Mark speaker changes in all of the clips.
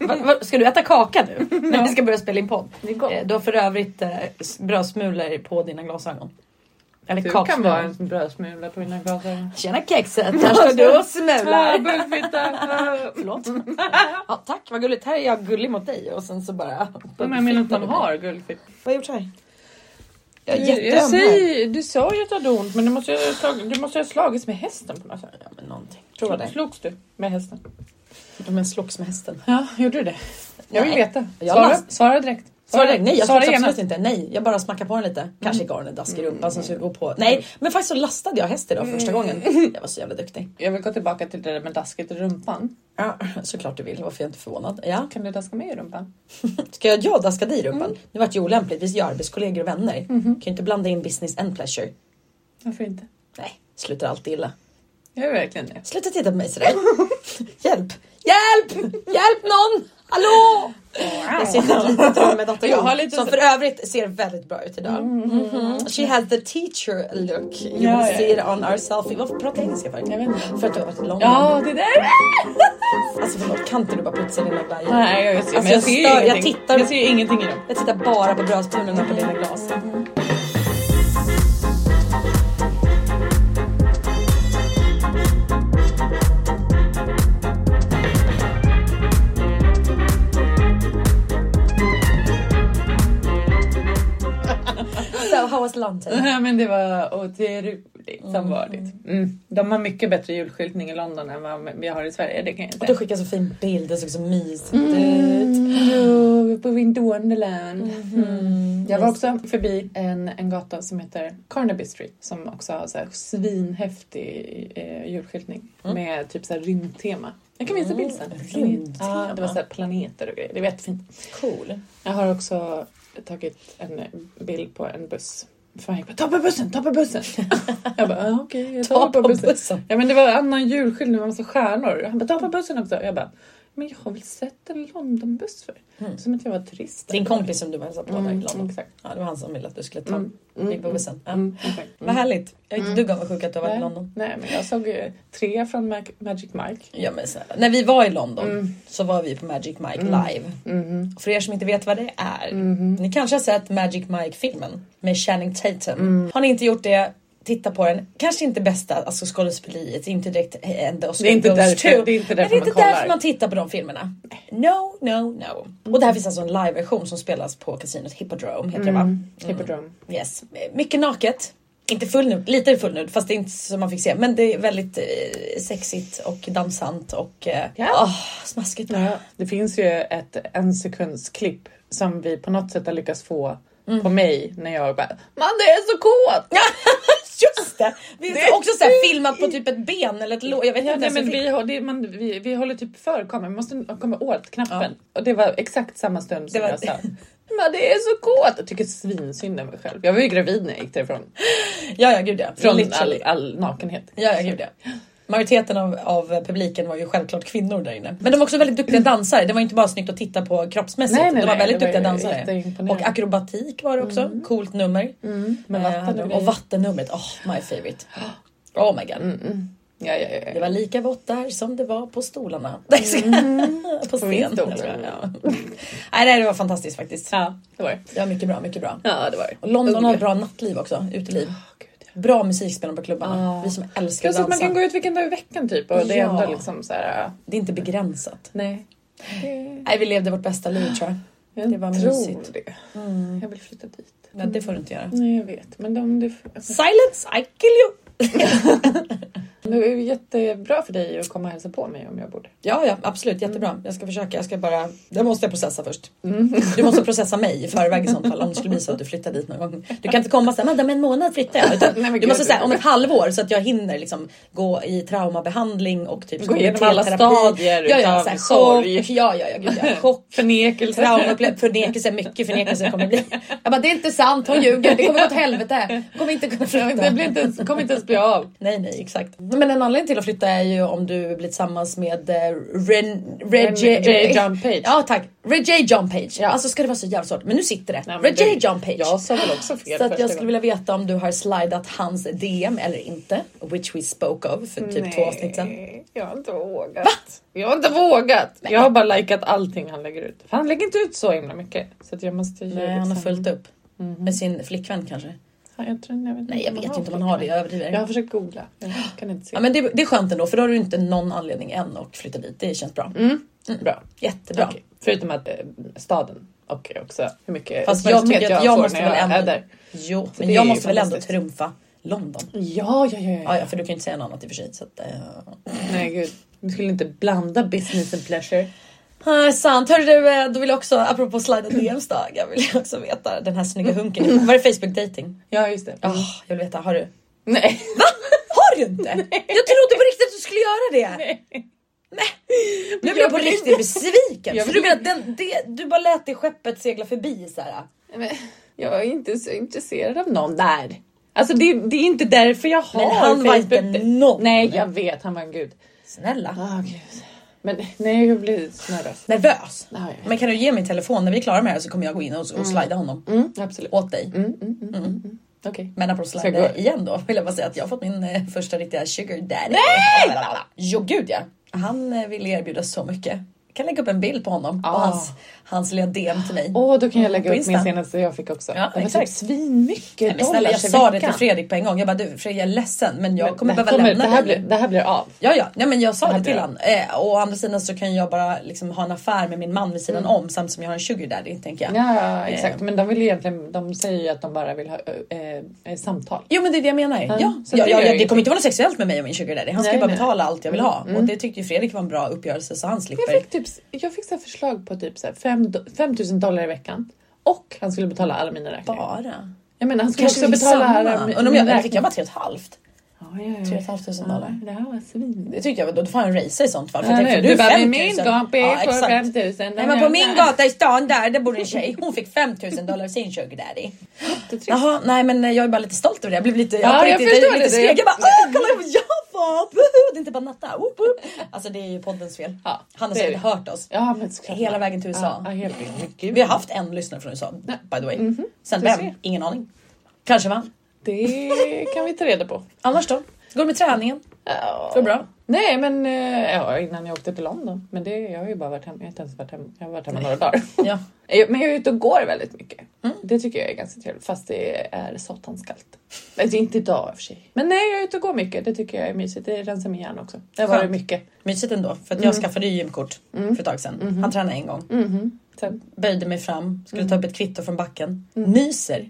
Speaker 1: Va- va- Ska du äta kaka nu? När vi ska börja spela in podd.
Speaker 2: Det är gott.
Speaker 1: Eh, Du har för övrigt eh, s- brödsmulor på dina glasögon. Eller
Speaker 2: Du kan vara
Speaker 1: kaksmulor.
Speaker 2: en brödsmula på mina glasögon.
Speaker 1: Tjena kexet, här står du och smular.
Speaker 2: Bullfitta!
Speaker 1: Förlåt. Ja, tack, vad gulligt. Här är jag gullig mot dig och sen så bara...
Speaker 2: Men jag menar inte man har guldfitta.
Speaker 1: Vad har jag gjort här? Jag är
Speaker 2: Du, jag
Speaker 1: jätteöm här.
Speaker 2: säger, du sa ju att du hade ont men du måste, ju ha tagit- du måste ju ha slagits med hästen på något sätt.
Speaker 1: Ja, men någonting. Prova det.
Speaker 2: Slogs du med hästen?
Speaker 1: Men slogs med hästen.
Speaker 2: Ja, gjorde du det? Jag vill
Speaker 1: Nej.
Speaker 2: veta.
Speaker 1: Jag
Speaker 2: Svara,
Speaker 1: las-
Speaker 2: svara direkt.
Speaker 1: Svara direkt. Nej, jag
Speaker 2: Svara
Speaker 1: slogs absolut
Speaker 2: genast.
Speaker 1: inte. Nej, jag bara smackade på den lite. Kanske
Speaker 2: Mm.
Speaker 1: gav den en dask i rumpan som skulle gå på. Nej, men faktiskt så lastade jag häst idag
Speaker 2: Mm.
Speaker 1: första gången. Jag var så jävla duktig.
Speaker 2: Jag vill gå tillbaka till det där med dasket i rumpan.
Speaker 1: Ja, såklart du vill. Varför är jag inte förvånad? Ja.
Speaker 2: Kan du daska mig i rumpan?
Speaker 1: Ska jag, jag daska dig i rumpan?
Speaker 2: Mm.
Speaker 1: Nu vart ju olämpligt. Vi är ju arbetskollegor och vänner. Kan
Speaker 2: Mhm.
Speaker 1: ju inte blanda in business and pleasure.
Speaker 2: Varför inte?
Speaker 1: Nej, slutar alltid illa.
Speaker 2: Jag är verkligen det.
Speaker 1: Sluta titta på mig sådär. Hjälp! Hjälp! Hjälp någon! Hallå! Jag sitter i ett litet rum med datorn.
Speaker 2: Jag har lite
Speaker 1: som
Speaker 2: så- Mm-hmm.
Speaker 1: för övrigt ser väldigt bra ut idag. Mhm. She has the teacher look. You
Speaker 2: Ja,
Speaker 1: will
Speaker 2: ja,
Speaker 1: see it on our selfie. Varför pratar jag engelska för?
Speaker 2: Jag vet inte.
Speaker 1: För att du har varit i London.
Speaker 2: Ja, det där!
Speaker 1: Alltså förlåt, kan inte du bara putsa dina bajer?
Speaker 2: Nej, jag, jag, ser-
Speaker 1: Alltså,
Speaker 2: men
Speaker 1: jag
Speaker 2: jag, ser ju
Speaker 1: stör- jag
Speaker 2: ingenting.
Speaker 1: tittar-
Speaker 2: jag ser ju ingenting i dem.
Speaker 1: Jag tittar bara på brödsmulorna på dina glas. So how was London?
Speaker 2: Nej, men det var otroligt som vanligt. Mm. De har mycket bättre julskyltning i London än vad vi har i Sverige, det kan jag
Speaker 1: Och du
Speaker 2: säga.
Speaker 1: skickade så fin bild, det såg så mysigt ut.
Speaker 2: Mm, på Wind Wonderland. Mm. Jag var
Speaker 1: Nice.
Speaker 2: också förbi en, en gata som heter Carnaby Street som också har så här svinhäftig eh, julskyltning med typ så här rymdtema. Jag kan visa bild sen.
Speaker 1: Mm, rymdtema.
Speaker 2: Ja, det var så här planeter och grejer. Det var jättefint.
Speaker 1: Cool.
Speaker 2: Jag har också tagit en bild på en buss. Fan, jag bara, ta på bussen, ta på bussen! jag bara, ah, okej, jag tar
Speaker 1: Ta
Speaker 2: på bussen.
Speaker 1: bussen.
Speaker 2: Ja men det var en annan julskyltning med massa stjärnor. Han bara, ta på bussen också. Jag bara, men jag har väl sett en Londonbuss för?
Speaker 1: Mm.
Speaker 2: Som att jag var turist.
Speaker 1: Din kompis som du var och hälsade på där i
Speaker 2: Mm,
Speaker 1: London.
Speaker 2: exakt.
Speaker 1: Ja, det var han som ville att du skulle ta
Speaker 2: Mm,
Speaker 1: dig på
Speaker 2: mm,
Speaker 1: bussen. Ja.
Speaker 2: mm, exakt.
Speaker 1: Vad härligt. Jag är inte
Speaker 2: Mm.
Speaker 1: ett dugg avundsjuk att du har varit i
Speaker 2: Nej,
Speaker 1: London.
Speaker 2: Nej men jag såg eh, tre från Mag- Magic Mike.
Speaker 1: Ja, men snälla. När vi var i London
Speaker 2: Mm.
Speaker 1: så var vi på Magic Mike
Speaker 2: Mm.
Speaker 1: live.
Speaker 2: Mhm.
Speaker 1: Och för er som inte vet vad det är.
Speaker 2: Mhm.
Speaker 1: Ni kanske har sett Magic Mike-filmen med Channing Tatum.
Speaker 2: Mm.
Speaker 1: Har ni inte gjort det, titta på den. Kanske inte bästa alltså skådespeleriet, inte direkt eh, en Oscar
Speaker 2: Det är inte
Speaker 1: goes
Speaker 2: därför,
Speaker 1: to.
Speaker 2: det är inte
Speaker 1: Men det
Speaker 2: därför
Speaker 1: är
Speaker 2: man
Speaker 1: inte
Speaker 2: kollar.
Speaker 1: därför man tittar på de filmerna. No, no, no. Och
Speaker 2: Mm.
Speaker 1: det här finns alltså en live-version som spelas på kasinot Hippodrome heter det va?
Speaker 2: Mm. Hippodrome.
Speaker 1: Yes. Mycket naket. Inte full nu, lite full nu fast det är inte som man fick se. Men det är väldigt eh, sexigt och dansant och eh,
Speaker 2: Ja.
Speaker 1: åh, smaskigt.
Speaker 2: Ja, Eh, det finns ju ett en sekunds klipp som vi på något sätt har lyckats få på mig när jag bara Man det är så kåt!
Speaker 1: Just det! Vi
Speaker 2: Det
Speaker 1: har
Speaker 2: är
Speaker 1: också så här filmat på typ ett ben eller ett lår. Jag vet
Speaker 2: Ja,
Speaker 1: inte
Speaker 2: nej,
Speaker 1: ens hur
Speaker 2: men
Speaker 1: vi
Speaker 2: vi, har, det, man, vi, vi håller typ för kameran, vi måste komma åt knappen. Och det var exakt samma stund som
Speaker 1: Det var-
Speaker 2: jag sa Man det är så kåt! Jag tycker svinsynd om mig själv. Jag var ju gravid när jag gick därifrån.
Speaker 1: Ja, ja gud ja.
Speaker 2: Från
Speaker 1: Literally.
Speaker 2: all, all nakenhet.
Speaker 1: Ja, ja gud ja. Majoriteten av, av publiken var ju självklart kvinnor där inne. Men de var också väldigt duktiga dansare. Det var inte bara snyggt att titta på kroppsmässigt.
Speaker 2: Nej, nej,
Speaker 1: de var
Speaker 2: nej,
Speaker 1: väldigt
Speaker 2: det var
Speaker 1: duktiga
Speaker 2: ju
Speaker 1: dansare. Och
Speaker 2: jätteimponerande. Mm.
Speaker 1: akrobatik var det också. Coolt nummer.
Speaker 2: Med
Speaker 1: Eh,
Speaker 2: vatten
Speaker 1: hade
Speaker 2: och,
Speaker 1: de.
Speaker 2: grejer.
Speaker 1: och vattennumret, oh my favorite. Oh my god.
Speaker 2: Mm, Ja, ja, ja,
Speaker 1: Det
Speaker 2: ja.
Speaker 1: var lika vått där som det var på stolarna. Nej, jag
Speaker 2: Mm.
Speaker 1: skojar. på
Speaker 2: min
Speaker 1: scen.
Speaker 2: stol,
Speaker 1: eller vad det
Speaker 2: ja.
Speaker 1: var. Nej, nej, det var fantastiskt faktiskt.
Speaker 2: ja, det var det.
Speaker 1: Det var mycket bra, mycket bra.
Speaker 2: Ja, det var det.
Speaker 1: Och London har
Speaker 2: Ugly.
Speaker 1: bra nattliv också, uteliv.
Speaker 2: Åh, gud, ja.
Speaker 1: Bra musik spelar på klubbarna.
Speaker 2: Ja.
Speaker 1: Vi som älskar att
Speaker 2: Plus att man
Speaker 1: dansa.
Speaker 2: kan gå ut vilken dag i veckan typ och det är
Speaker 1: Ja.
Speaker 2: ändå liksom så här.
Speaker 1: Det är inte begränsat.
Speaker 2: Nej.
Speaker 1: Nej, vi levde vårt bästa liv tror jag.
Speaker 2: Jag
Speaker 1: Det var
Speaker 2: tror
Speaker 1: mysigt.
Speaker 2: det. Jag vill flytta dit.
Speaker 1: Nej,
Speaker 2: Mm.
Speaker 1: det får du inte göra.
Speaker 2: Nej, jag vet. Men de, det, alltså,
Speaker 1: Silence, I kill you!
Speaker 2: det är ju jättebra för dig att komma och hälsa på mig om jag bor där.
Speaker 1: Ja, ja, absolut jättebra.
Speaker 2: Mm.
Speaker 1: Jag ska försöka. Jag ska bara... Det måste jag processa först. Du måste processa mig i förväg i sånt fall om det skulle bli så att du flyttar dit någon gång. Du kan inte komma såhär, men om en månad flyttar jag. Utan
Speaker 2: Nej, men
Speaker 1: du
Speaker 2: gud.
Speaker 1: måste säga om ett halvår så att jag hinner liksom gå i traumabehandling och typ
Speaker 2: Gå igenom alla
Speaker 1: KBT-terapi.
Speaker 2: stadier
Speaker 1: ja, ja,
Speaker 2: utav
Speaker 1: så här,
Speaker 2: sorg.
Speaker 1: chock. Ja, ja, ja, gud, ja. Chock.
Speaker 2: Förnekelse.
Speaker 1: Traumaupplevelse, förnekelse, mycket förnekelse kommer det bli. Jag bara, det är inte sant, hon ljuger, det kommer gå åt helvete. Kommer inte kunna flytta.
Speaker 2: Det blir inte ens, kommer inte ens bli av.
Speaker 1: Nej, nej, exakt. Mm. Nej, Men en anledning till att flytta är ju om du blir tillsammans med eh, Ren, Reggie...
Speaker 2: J. J. John Page.
Speaker 1: Ja tack, Reggie John Page. Alltså ska det vara så jävla svårt? Men nu sitter det.
Speaker 2: Nej, men
Speaker 1: Reggie
Speaker 2: det-
Speaker 1: John Page.
Speaker 2: Jag sa väl också fel
Speaker 1: Så att
Speaker 2: första
Speaker 1: jag skulle
Speaker 2: gången.
Speaker 1: vilja veta om du har slidat hans DM eller inte. Which we spoke of för typ två avsnitt sedan.
Speaker 2: Nej, jag har inte vågat. Va? Jag har inte vågat. Jag har bara likat allting han lägger ut. För han lägger inte ut så himla mycket. Så att jag måste ju...
Speaker 1: Nej, han har
Speaker 2: liksom-
Speaker 1: följt upp. Med sin flickvän kanske?
Speaker 2: Ja, jag tror, jag vet
Speaker 1: Nej jag vet inte om han har det, jag
Speaker 2: Jag
Speaker 1: överdriver.
Speaker 2: har försökt googla. Jag kan inte se.
Speaker 1: Ja, men det, det är skönt ändå för då har du inte någon anledning än att flytta dit. Det känns bra.
Speaker 2: Mm.
Speaker 1: Bra. Jättebra.
Speaker 2: Okej. Förutom att eh, staden och också hur mycket
Speaker 1: Fast jag
Speaker 2: uppmärksamhet
Speaker 1: tycker att jag
Speaker 2: får
Speaker 1: måste
Speaker 2: när
Speaker 1: väl
Speaker 2: är
Speaker 1: ändå...
Speaker 2: där.
Speaker 1: Jo,
Speaker 2: Så
Speaker 1: men
Speaker 2: det är
Speaker 1: jag
Speaker 2: ju
Speaker 1: måste väl ändå
Speaker 2: fantastiskt.
Speaker 1: trumfa London.
Speaker 2: Ja, ja, ja. ja.
Speaker 1: Ja, ja, för du kan ju inte säga något annat i och för sig. Så att, eh.
Speaker 2: Nej, gud. Vi skulle inte blanda business and pleasure.
Speaker 1: Nej, sant. Hörru du, eh, då vill jag också, apropå slida DMs då, jag vill ju också veta den här snygga
Speaker 2: Mm.
Speaker 1: hunken. Var det Facebook dating?
Speaker 2: Ja, just det.
Speaker 1: Ah, jag vill veta, har du?
Speaker 2: Nej.
Speaker 1: Har du inte? Jag trodde på riktigt att du skulle göra det. Nej. Nu blev jag på
Speaker 2: vill
Speaker 1: riktigt besviken.
Speaker 2: Jag
Speaker 1: För
Speaker 2: vill
Speaker 1: du menar att den, det, du bara lät det skeppet segla förbi så här.
Speaker 2: Men jag var inte så intresserad av någon där. Alltså det, det är inte därför jag har
Speaker 1: Men han var inte
Speaker 2: Facebook.
Speaker 1: någon.
Speaker 2: Nej, jag vet. Han var en gud.
Speaker 1: Snälla.
Speaker 2: Ah, gud. Men nej, jag blir så nervös.
Speaker 1: Nervös.
Speaker 2: Ah, jag vet.
Speaker 1: Men kan du ge min telefon? När vi är klara med det här så kommer jag gå in och, och slida honom.
Speaker 2: Mm, absolut.
Speaker 1: Åt dig.
Speaker 2: Mm, mm, mm, mm. mm. Okej.
Speaker 1: Men apropå
Speaker 2: Ska jag
Speaker 1: slide
Speaker 2: gå?
Speaker 1: igen då vill jag bara säga att jag har fått min eh, första riktiga sugar daddy. Nej! Jo gud ja. Han eh, ville erbjuda så mycket. Jag kan lägga upp en bild på honom
Speaker 2: Ah.
Speaker 1: och hans, hans lilla DM till mig.
Speaker 2: Åh, då kan jag
Speaker 1: Mm. På
Speaker 2: lägga upp
Speaker 1: Insta.
Speaker 2: min senaste jag fick också.
Speaker 1: Ja,
Speaker 2: det var
Speaker 1: exakt.
Speaker 2: typ svinmycket
Speaker 1: Nej, men snälla, jag
Speaker 2: dollars i
Speaker 1: sa det
Speaker 2: veckan.
Speaker 1: till Fredrik på en gång. Jag bara du Fredrik jag är ledsen men jag
Speaker 2: Men
Speaker 1: kommer
Speaker 2: det här
Speaker 1: behöva lämna
Speaker 2: det här, blir,
Speaker 1: dig.
Speaker 2: det här blir av.
Speaker 1: Ja, ja, nej, men jag sa
Speaker 2: Det här
Speaker 1: det till
Speaker 2: blir-
Speaker 1: honom. Eh, och å andra sidan så kan jag bara liksom, ha en affär med min man vid sidan om samtidigt som jag har en sugar daddy tänker jag.
Speaker 2: Mm. Ja, ja, exakt.
Speaker 1: Eh.
Speaker 2: Men de vill ju egentligen, de säger ju att de bara vill ha eh, eh, samtal.
Speaker 1: Jo men det är det jag menar. Ja,
Speaker 2: så
Speaker 1: ja, ja,
Speaker 2: det
Speaker 1: ja,
Speaker 2: gör
Speaker 1: det,
Speaker 2: ingenting.
Speaker 1: kommer inte vara något sexuellt med mig och min sugar daddy. Han ska
Speaker 2: Nej,
Speaker 1: ju bara
Speaker 2: nej.
Speaker 1: betala allt jag vill ha.
Speaker 2: Mm.
Speaker 1: Och det tyckte ju Fredrik var en bra uppgörelse så han slipper.
Speaker 2: Jag fick, typ, jag fick så här förslag på typ 5 000 dollar i veckan. Och han skulle betala alla mina räkningar.
Speaker 1: Bara?
Speaker 2: Jag menar, han skulle
Speaker 1: Kanske
Speaker 2: också
Speaker 1: vi
Speaker 2: betala
Speaker 1: samman?
Speaker 2: alla mi-
Speaker 1: Undrar om
Speaker 2: mina
Speaker 1: jag, eller fick jag
Speaker 2: räkningar.
Speaker 1: bara tre och ett halvt?
Speaker 2: Ja, ja, ja.
Speaker 1: Tre och ett halvt tusen dollar.
Speaker 2: Ja, Det här var svin...
Speaker 1: Det tyckte jag, då får jag en racer i sånt fall.
Speaker 2: Ja,
Speaker 1: jag tänkte,
Speaker 2: nu, du
Speaker 1: är
Speaker 2: bara,
Speaker 1: 5 000.
Speaker 2: med min kompis
Speaker 1: typ Ja,
Speaker 2: får
Speaker 1: exakt.
Speaker 2: 5 000.
Speaker 1: Nej men på min gata i stan där, där bor en tjej. Hon fick 5000 dollar av sin sugar daddy. Jaha, nej men jag är bara lite stolt över det. Jag blev lite,
Speaker 2: Ja,
Speaker 1: på
Speaker 2: jag
Speaker 1: riktigt,
Speaker 2: förstår
Speaker 1: lite
Speaker 2: det.
Speaker 1: skrek. Jag bara, "Åh, kolla vad jag fått! Woho!" Det är inte bara Natta. Woop, woop. Alltså det är ju poddens fel.
Speaker 2: Ja,
Speaker 1: Han har
Speaker 2: det är
Speaker 1: säkert
Speaker 2: det.
Speaker 1: hört oss.
Speaker 2: Ja, men såklart.
Speaker 1: Hela vägen till USA.
Speaker 2: Ja, ja, helt Mhm. men gud.
Speaker 1: Vi har haft en lyssnare från USA, by the way. Sen
Speaker 2: Du
Speaker 1: vem?
Speaker 2: ser.
Speaker 1: Ingen aning. Kanske va?
Speaker 2: Det kan vi ta reda på.
Speaker 1: Annars då? Går det med träningen?
Speaker 2: Ja.
Speaker 1: Går det bra?
Speaker 2: Nej, men eh, ja, innan jag åkte till London. Men det, jag har ju bara varit hemma. Jag har inte ens varit hemma. Jag har varit hemma några dagar.
Speaker 1: Ja.
Speaker 2: Eh, Men jag är ute och går väldigt mycket.
Speaker 1: Mm.
Speaker 2: Det tycker jag är ganska trevligt. Fast det är satans kallt. Men det är inte idag i och för sig. Men nej, jag är ute och går mycket. Det tycker jag är mysigt. Det rensar min hjärna också. Det har varit
Speaker 1: Skönt.
Speaker 2: mycket.
Speaker 1: Mysigt ändå, för att jag skaffade ju gymkort för ett tag sedan. Han tränade en gång,
Speaker 2: Mhm. Sen,
Speaker 1: böjde mig fram, skulle ta upp ett kvitto från backen, nyser,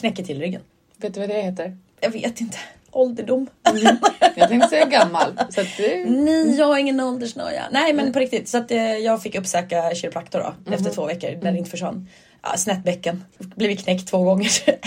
Speaker 1: knäcker till ryggen.
Speaker 2: vet du vad det heter?
Speaker 1: Jag vet inte, ålderdom.
Speaker 2: Jag tänkte säga gammal. Så att det...
Speaker 1: Nej, jag har ingen åldersnoja. Mm. Nej, Mhm. men på riktigt. Så att eh, jag fick uppsöka kiropraktor då efter två veckor när det inte försvann. Ja, snett bäcken, blivit knäckt två gånger.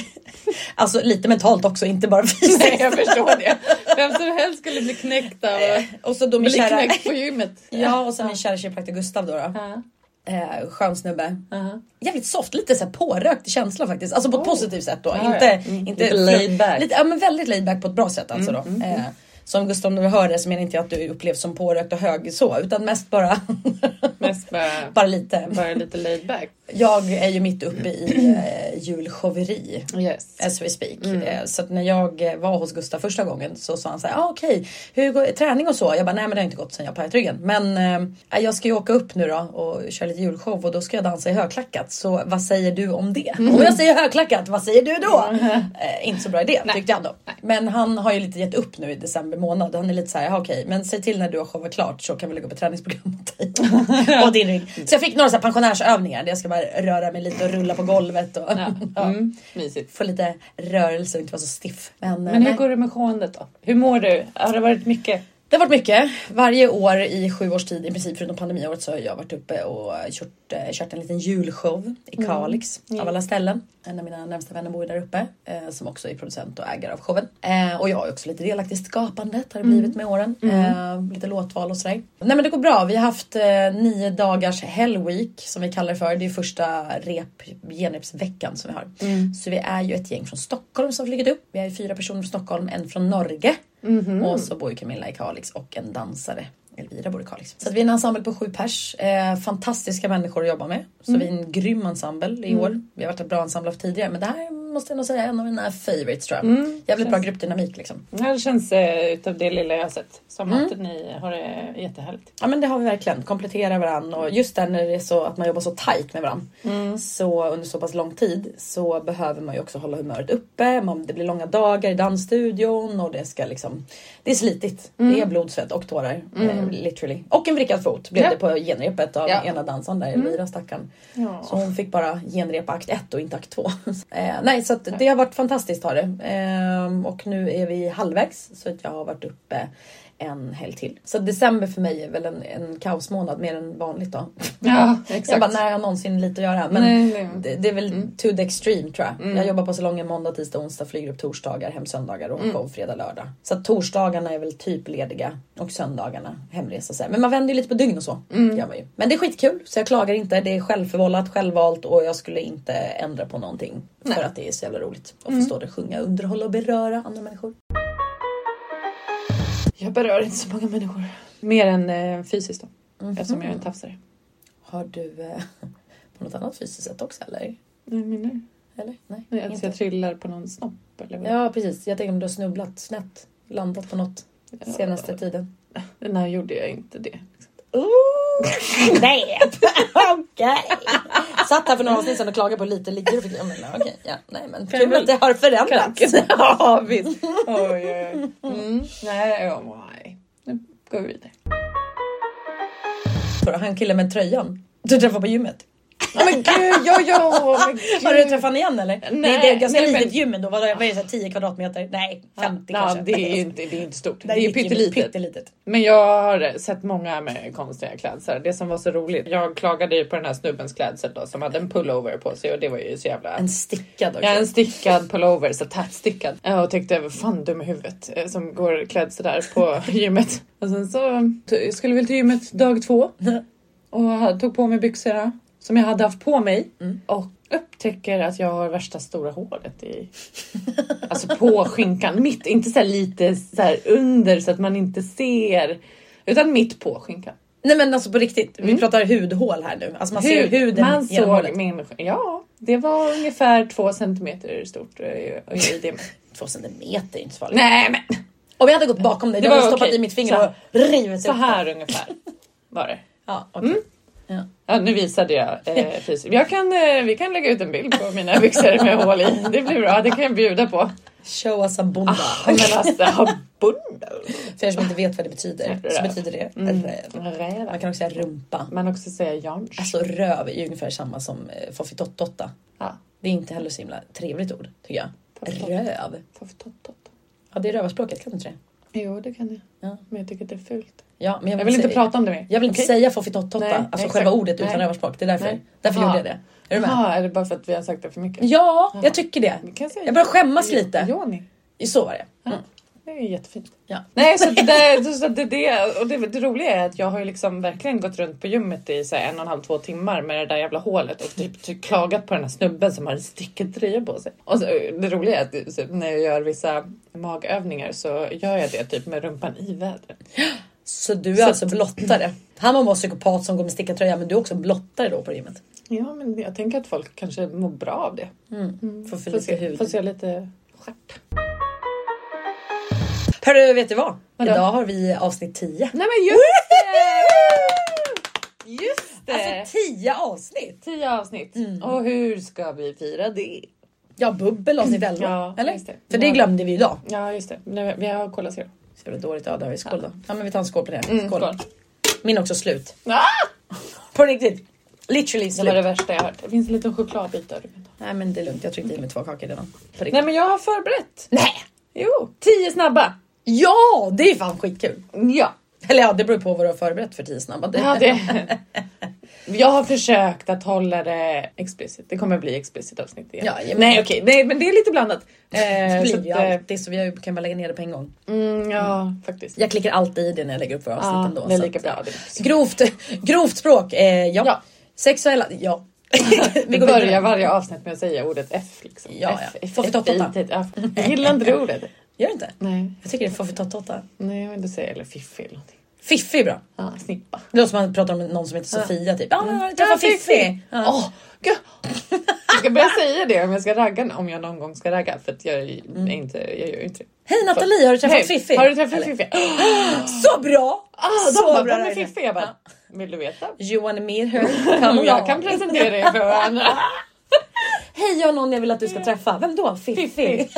Speaker 1: alltså lite mentalt också, inte bara fysiskt.
Speaker 2: Nej, jag förstår det. Vem som helst skulle bli knäckt av att
Speaker 1: Eh, Och så då min
Speaker 2: bli
Speaker 1: kära...
Speaker 2: knäckt på gymmet.
Speaker 1: Ja, och sen min kära kiropraktor Gustav då. då.
Speaker 2: Ja.
Speaker 1: Eh, skön snubbe.
Speaker 2: Ja.
Speaker 1: jävligt soft, lite så här pårökt känsla faktiskt. Alltså på ett
Speaker 2: Oh.
Speaker 1: positivt sätt då.
Speaker 2: Ja,
Speaker 1: inte,
Speaker 2: ja. Mm.
Speaker 1: inte
Speaker 2: Lite laid back.
Speaker 1: Lite, ja men väldigt laid back på ett bra sätt alltså då. Eh, så om Gustav när du hör det så menar inte jag att du upplevs som pårökt och hög så utan mest bara,
Speaker 2: Mest bara,
Speaker 1: bara lite.
Speaker 2: bara lite laid back.
Speaker 1: Jag är ju mitt uppe i eh, julshoweri
Speaker 2: Yes.
Speaker 1: as we speak.
Speaker 2: Mm.
Speaker 1: Eh, Så att när jag eh, var hos Gustav första gången så sa han så här, ah, okej, hur går träning och så? Jag bara, nej men det har inte gått sen jag pajat ryggen. Men eh, jag ska ju åka upp nu då och köra lite julshow och då ska jag dansa i högklackat. Så vad säger du om det?
Speaker 2: Mm.
Speaker 1: Om jag säger högklackat, vad säger du då? Eh, inte så bra idé tyckte jag då. Men han har ju lite gett upp nu i december månad. Han är lite så här, "Ah, okej, men säg till när du har showat klart så kan vi lägga upp ett träningsprogram åt dig. och din rygg. Så jag fick några så här pensionärsövningar där jag ska bara röra mig lite och rulla på golvet. Och,
Speaker 2: Ja.
Speaker 1: Ja
Speaker 2: Mm. Mysigt.
Speaker 1: få lite rörelse och inte vara så stiff. Men, eh,
Speaker 2: Men hur
Speaker 1: nej.
Speaker 2: går det med sjåendet då? Hur mår du? Har det varit mycket?
Speaker 1: Det har varit mycket. Varje år i sju års tid, i princip förutom
Speaker 2: Mm.
Speaker 1: pandemiåret, så har jag varit uppe och kört, eh, kört en liten julshow i Kalix av alla ställen. en av mina närmsta vänner bor ju där uppe, eh, som också är producent och ägare av showen. Eh, och jag är också lite delaktig i skapandet, har
Speaker 2: Mm.
Speaker 1: det blivit med åren. Eh, lite låtval och sådär. Nej men det går bra. Vi har haft eh, nio dagars hellweek som vi kallar det för. Det är första rep, genrepsveckan som vi har.
Speaker 2: Mm.
Speaker 1: Så vi är ju ett gäng från Stockholm som flugit upp. Vi är ju fyra personer från Stockholm, en från Norge.
Speaker 2: Mhm.
Speaker 1: Och så bor ju Camilla i Kalix och en dansare. Elvira bor i Kalix. Så att vi är en ensemble på sju pers. Eh, fantastiska människor att jobba med. Så vi är en grym ensemble i år. Vi har varit ett bra ensemble tidigare men det här måste jag nog säga är en av mina favorites tror jag.
Speaker 2: Mm.
Speaker 1: Jävligt bra gruppdynamik liksom.
Speaker 2: Det här känns eh, utav det lilla jag har sett som att ni har det jättehärligt.
Speaker 1: Ja men det har vi verkligen. Komplettera varandra och just där när det är så att man jobbar så tajt med varandra.
Speaker 2: Mm.
Speaker 1: Så under så pass lång tid så behöver man ju också hålla humöret uppe. Man, det blir långa dagar i dansstudion och det ska liksom. Det är slitigt.
Speaker 2: Mm.
Speaker 1: Det är blod, svett och tårar. Eh, literally. Och en vrickad fot blev
Speaker 2: Ja.
Speaker 1: det på genrepet av
Speaker 2: Ja. Mm. Oh.
Speaker 1: ena dansan där, Elvira stackaren.
Speaker 2: Ja.
Speaker 1: Så hon fick bara genrepa akt 1 och inte akt 2. eh, nej så att det har varit fantastiskt har det. Ehm, och nu är vi halvvägs så att jag har varit uppe en helg till. Så december för mig är väl en, en kaosmånad mer än vanligt då.
Speaker 2: Ja, exakt.
Speaker 1: Jag bara, när har jag någonsin lite att göra? Men
Speaker 2: Nej, nej.
Speaker 1: Det, det är väl
Speaker 2: Mm.
Speaker 1: to the extreme tror jag. Jag jobbar på salongen måndag, tisdag, onsdag, flyger upp torsdagar, hem söndagar och
Speaker 2: Mm.
Speaker 1: show fredag, lördag. Så att torsdagarna är väl typ lediga och söndagarna hemresa. Så här. Men man vänder ju lite på dygn och så.
Speaker 2: Mm.
Speaker 1: Gör man ju. Men det är skitkul så jag klagar inte. Det är självförvållat, självvalt och jag skulle inte ändra på någonting. För att det är så jävla roligt att
Speaker 2: Mm.
Speaker 1: få stå där och sjunga, underhålla och beröra andra människor.
Speaker 2: Jag berör inte så många människor. Mer än eh, fysiskt då. Eftersom jag är en tafsare.
Speaker 1: Mhm. Har du eh, på något annat fysiskt sätt också eller?
Speaker 2: Nej, menar
Speaker 1: Eller? Nej,
Speaker 2: du? Att
Speaker 1: inte.
Speaker 2: jag trillar på någon snopp eller vad?
Speaker 1: Ja precis, jag tänker om du har snubblat snett, landat på något senaste tiden.
Speaker 2: När gjorde jag inte det? Oh!
Speaker 1: Ooh, nej, okej. Satt här för några avsnitt sedan och klagade på lite ligger och fick... Ja, men, okej, ja, nej, men
Speaker 2: Kan
Speaker 1: kul
Speaker 2: väl-
Speaker 1: att det har förändrats.
Speaker 2: Ja, visst. Oj, oj, oj. Mm. Nej, oh, nej. Nu går vi vidare.
Speaker 1: Han killen med tröjan du träffade på gymmet.
Speaker 2: Oh, men gud, ja, ja. Men
Speaker 1: Har du träffat honom igen eller? Nej, det är ett ganska
Speaker 2: Mm. nej, men-
Speaker 1: litet gym ändå. Vad är det? 10 kvadratmeter? Nej, 50
Speaker 2: Ja,
Speaker 1: kanske.
Speaker 2: det är ju inte, det är inte stort.
Speaker 1: Där
Speaker 2: det är ju
Speaker 1: gick gymmet
Speaker 2: pyttelitet.
Speaker 1: typ pyttelitet.
Speaker 2: Men jag har sett många med konstiga klädsel. Det som var så roligt. Jag klagade ju på den här snubbens klädsel då som hade en pullover på sig och det var ju så jävla...
Speaker 1: En stickad också.
Speaker 2: Ja, en stickad pullover, så tätstickad. Ja, Och tyckte jag var fan dum i huvudet eh, som går klädd sådär på gymmet. Och sen så t- skulle väl till gymmet dag två och ha- tog på mig byxorna som jag hade haft på mig
Speaker 1: Mm.
Speaker 2: och upptäcker att jag har värsta stora hålet i... Alltså på skinkan. Mitt, inte så här lite så här under så att man inte ser. Utan mitt på skinkan.
Speaker 1: Nej men alltså på riktigt, vi pratar hudhål här nu. Alltså man ser
Speaker 2: Mm. Hud.
Speaker 1: huden
Speaker 2: man
Speaker 1: genom hålet.
Speaker 2: såg min... Ja, det var ungefär två centimeter stort eh, i i diameter.
Speaker 1: Två centimeter är inte så farligt.
Speaker 2: Nej men!
Speaker 1: Om jag hade gått bakom dig,
Speaker 2: Det
Speaker 1: då hade
Speaker 2: var
Speaker 1: jag stoppat
Speaker 2: okej.
Speaker 1: i mitt
Speaker 2: Så
Speaker 1: finger och rivit
Speaker 2: Så
Speaker 1: upp.
Speaker 2: här Mm. ungefär var det.
Speaker 1: Ja, okej.
Speaker 2: Ja, nu visade jag eh, fysiskt. Jag kan, eh, vi kan lägga ut en bild på mina byxor med hål i. Det blir bra, det kan jag bjuda på.
Speaker 1: Show us a bunda.
Speaker 2: Men alltså, ha bundel.
Speaker 1: För er som inte vet vad det betyder så
Speaker 2: Röv.
Speaker 1: betyder det
Speaker 2: Mm.
Speaker 1: röv. Man kan också säga rumpa.
Speaker 2: Man kan också säga Jans.
Speaker 1: Alltså röv är ju ungefär samma som eh, foffitottotta.
Speaker 2: Ja,
Speaker 1: Det är inte heller så himla trevligt ord tycker jag. Röv.
Speaker 2: tofftottot.
Speaker 1: Ja det är rövarspråket, kan du inte det?
Speaker 2: Jo, det kan jag.
Speaker 1: Ja.
Speaker 2: Men jag tycker det är fult.
Speaker 1: Ja, men
Speaker 2: Jag vill inte
Speaker 1: säga-
Speaker 2: prata om det mer.
Speaker 1: Jag vill inte
Speaker 2: Okej?
Speaker 1: säga foffitottotta,
Speaker 2: Nej,
Speaker 1: alltså
Speaker 2: exakt.
Speaker 1: själva ordet utan
Speaker 2: Nej.
Speaker 1: rövarspråk. Det är därför.
Speaker 2: Nej.
Speaker 1: Därför
Speaker 2: Aha.
Speaker 1: gjorde jag det. Är du med?
Speaker 2: Jaha, är det bara för att vi har sagt det för mycket?
Speaker 1: Ja, jag tycker det.
Speaker 2: Vi kan säga
Speaker 1: Jag börjar skämmas lite.
Speaker 2: Joni.
Speaker 1: Så var det.
Speaker 2: Det är ju jättefint.
Speaker 1: Ja.
Speaker 2: Nej, så det, där, så- så det, det, och det, det roliga är att jag har ju liksom verkligen gått runt på gymmet i så här en och en halv, två timmar med det där jävla hålet och typ, typ klagat på den här snubben som har en stickad tröja på sig. Och så, det roliga är att så, när jag gör vissa magövningar så gör jag det typ med rumpan i vädret.
Speaker 1: Så du är alltså blottare. Han var bara psykopat som går med stickad tröja men du är också en blottare då på gymmet.
Speaker 2: Ja, men jag tänker att folk kanske mår bra av det.
Speaker 1: Får för
Speaker 2: Mm. Får
Speaker 1: lite
Speaker 2: se,
Speaker 1: hud.
Speaker 2: får se lite stjärt.
Speaker 1: Hörru, vet du vad?
Speaker 2: Vadå?
Speaker 1: Idag har vi avsnitt 10.
Speaker 2: Nej men just det! Just det! Mm.
Speaker 1: Alltså 10 avsnitt!
Speaker 2: Tio avsnitt. Och hur ska vi fira det?
Speaker 1: Ja, bubbel avsnitt 11.
Speaker 2: Ja,
Speaker 1: eller?
Speaker 2: just det.
Speaker 1: För Mm. det
Speaker 2: Ja.
Speaker 1: glömde vi idag.
Speaker 2: Ja, just det. Nu, vi har Cola Zero.
Speaker 1: Så jävla dåligt. Ja, det har vi. Skål då. Ja, men vi tar en skål på det. Mm, Skål.
Speaker 2: Skål.
Speaker 1: Min är också slut.
Speaker 2: Ah!
Speaker 1: På riktigt. Literally
Speaker 2: Det var
Speaker 1: slut.
Speaker 2: det värsta jag hört. Det finns en liten chokladbit där. du kan ta.
Speaker 1: Nej, men det är lugnt. Jag tryckte i mig två kakor redan. På riktigt.
Speaker 2: Nej, men jag har förberett.
Speaker 1: Nej!
Speaker 2: Jo, tio snabba.
Speaker 1: Ja, det är fan skitkul.
Speaker 2: Ja.
Speaker 1: Eller ja, det beror på vad du har förberett för tio snabba. Det-
Speaker 2: Ja, det... Jag har försökt att hålla det explicit. Det kommer bli explicit avsnitt igen.
Speaker 1: Ja, ja, men-
Speaker 2: Nej okej, Nej, men det är lite blandat. Eh,
Speaker 1: Det
Speaker 2: så
Speaker 1: blir
Speaker 2: att,
Speaker 1: ju
Speaker 2: eh,
Speaker 1: alltid så jag kan bara lägga ner det på en gång.
Speaker 2: mm, ja, faktiskt.
Speaker 1: Jag klickar alltid i det när jag lägger upp våra avsnitt
Speaker 2: Ja,
Speaker 1: ändå.
Speaker 2: det är
Speaker 1: så
Speaker 2: lika
Speaker 1: att- eh,
Speaker 2: bra. Det
Speaker 1: Grovt, grovt språk, eh, ja.
Speaker 2: Ja.
Speaker 1: Sexuella, ja.
Speaker 2: Vi
Speaker 1: går vidare.
Speaker 2: börjar varje avsnitt med att säga ordet F. Liksom.
Speaker 1: Ja, ja.
Speaker 2: F, F, F,
Speaker 1: Foffitotta.
Speaker 2: I, T, ja. Jag gillar inte det ordet.
Speaker 1: Gör det inte?
Speaker 2: Nej,
Speaker 1: Jag tycker det är foffitottota.
Speaker 2: nej jag vill inte säga eller fiffi eller någonting.
Speaker 1: Fiffi är bra.
Speaker 2: Ja, snippa.
Speaker 1: Det låter som att man pratar om någon som heter Sofia typ. Ja, men jag träffade
Speaker 2: Mm. Ja,
Speaker 1: Fiffi.
Speaker 2: Åh,
Speaker 1: Ja.
Speaker 2: gud. Jag ska börja säga det om jag ska ragga, om jag någon gång ska ragga. För att jag, är inte, jag gör ju inte det.
Speaker 1: Hej Nathalie, har du Mm. träffat
Speaker 2: Hej,
Speaker 1: Fiffi?
Speaker 2: Har du träffat Fiffi?
Speaker 1: Så bra!
Speaker 2: Ah, de
Speaker 1: Så
Speaker 2: bara,
Speaker 1: bra
Speaker 2: vem är
Speaker 1: Rainer.
Speaker 2: Fiffi? Jag bara, vill du veta?
Speaker 1: You wanna meet her? Come
Speaker 2: jag
Speaker 1: on.
Speaker 2: kan presentera er för varandra.
Speaker 1: Hej, jag har någon jag vill att du ska träffa. Vem då? Fiffi.
Speaker 2: Fiffi.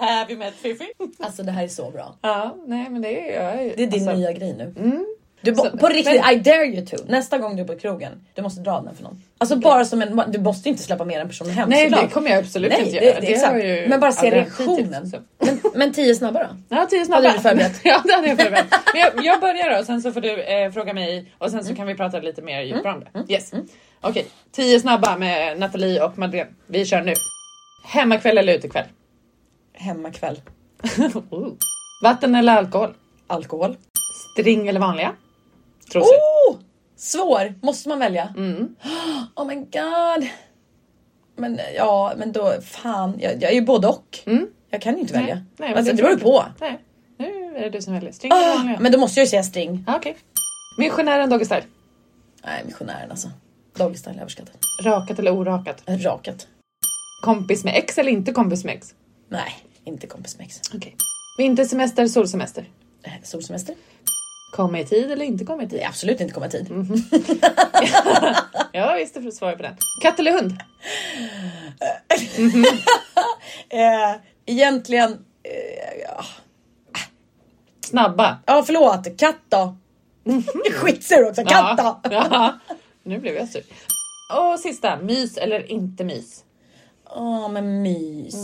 Speaker 2: Have you met Fiffi?
Speaker 1: Alltså det här är så bra.
Speaker 2: Ja, nej men det är jag.
Speaker 1: Det är din
Speaker 2: alltså,
Speaker 1: nya grej nu. Du, bo-
Speaker 2: Så-
Speaker 1: på riktigt, I dare you to. Nästa gång du är på krogen, du måste dra den för någon. Alltså bara som en, du måste inte släppa med den personen hem
Speaker 2: Nej,
Speaker 1: såklart.
Speaker 2: det kommer jag absolut
Speaker 1: Nej,
Speaker 2: inte
Speaker 1: det-
Speaker 2: göra.
Speaker 1: det- exakt.
Speaker 2: har jag ju
Speaker 1: Men bara se
Speaker 2: aldrig
Speaker 1: reaktionen.
Speaker 2: haft hittills, så.
Speaker 1: Men, men tio snabba då?
Speaker 2: Ja, tio snabba.
Speaker 1: Hade du förberett?
Speaker 2: ja, det hade jag förberett. Men jag, jag börjar då, sen så får du eh, fråga mig och sen så
Speaker 1: Mm.
Speaker 2: kan vi prata lite mer djupare om det. Yes. Okej, tio snabba med Nathalie och Madeleine. Vi kör nu. Hemmakväll eller utekväll?
Speaker 1: Hemmakväll.
Speaker 2: Oh. Vatten eller alkohol?
Speaker 1: Alkohol.
Speaker 2: String eller vanliga? Trosor?
Speaker 1: Oh! Svår! Måste man välja?
Speaker 2: Mm.
Speaker 1: Oh my god! Men ja, men då fan. Jag, jag är ju både och. Jag kan ju inte välja.
Speaker 2: Mm. Nej, men
Speaker 1: alltså,
Speaker 2: det
Speaker 1: det beror ju på.
Speaker 2: Nej, nu är det du som väljer. String eller vanliga?
Speaker 1: Men då måste jag ju säga string.
Speaker 2: Ah, Okej. Missionären Doggystyle.
Speaker 1: Nej, missionären alltså. Dagistyle överskattat.
Speaker 2: Rakat eller orakat?
Speaker 1: Rakat.
Speaker 2: Kompis med ex eller inte kompis med ex?
Speaker 1: Nej, inte kompis med ex.
Speaker 2: Okej. Vintersemester, solsemester?
Speaker 1: Eh, Solsemester?
Speaker 2: Komma i tid eller inte komma i tid?
Speaker 1: Det är absolut inte komma i tid.
Speaker 2: Ja, visst, du svarar på den. Katt eller hund?
Speaker 1: Eh, egentligen... Eh, ja.
Speaker 2: Snabba.
Speaker 1: ja, förlåt. Katt då? Skitsur också. Katt då?
Speaker 2: Ja. Nu blev jag sur. Och sista, mys eller inte mys?
Speaker 1: Åh, men mys.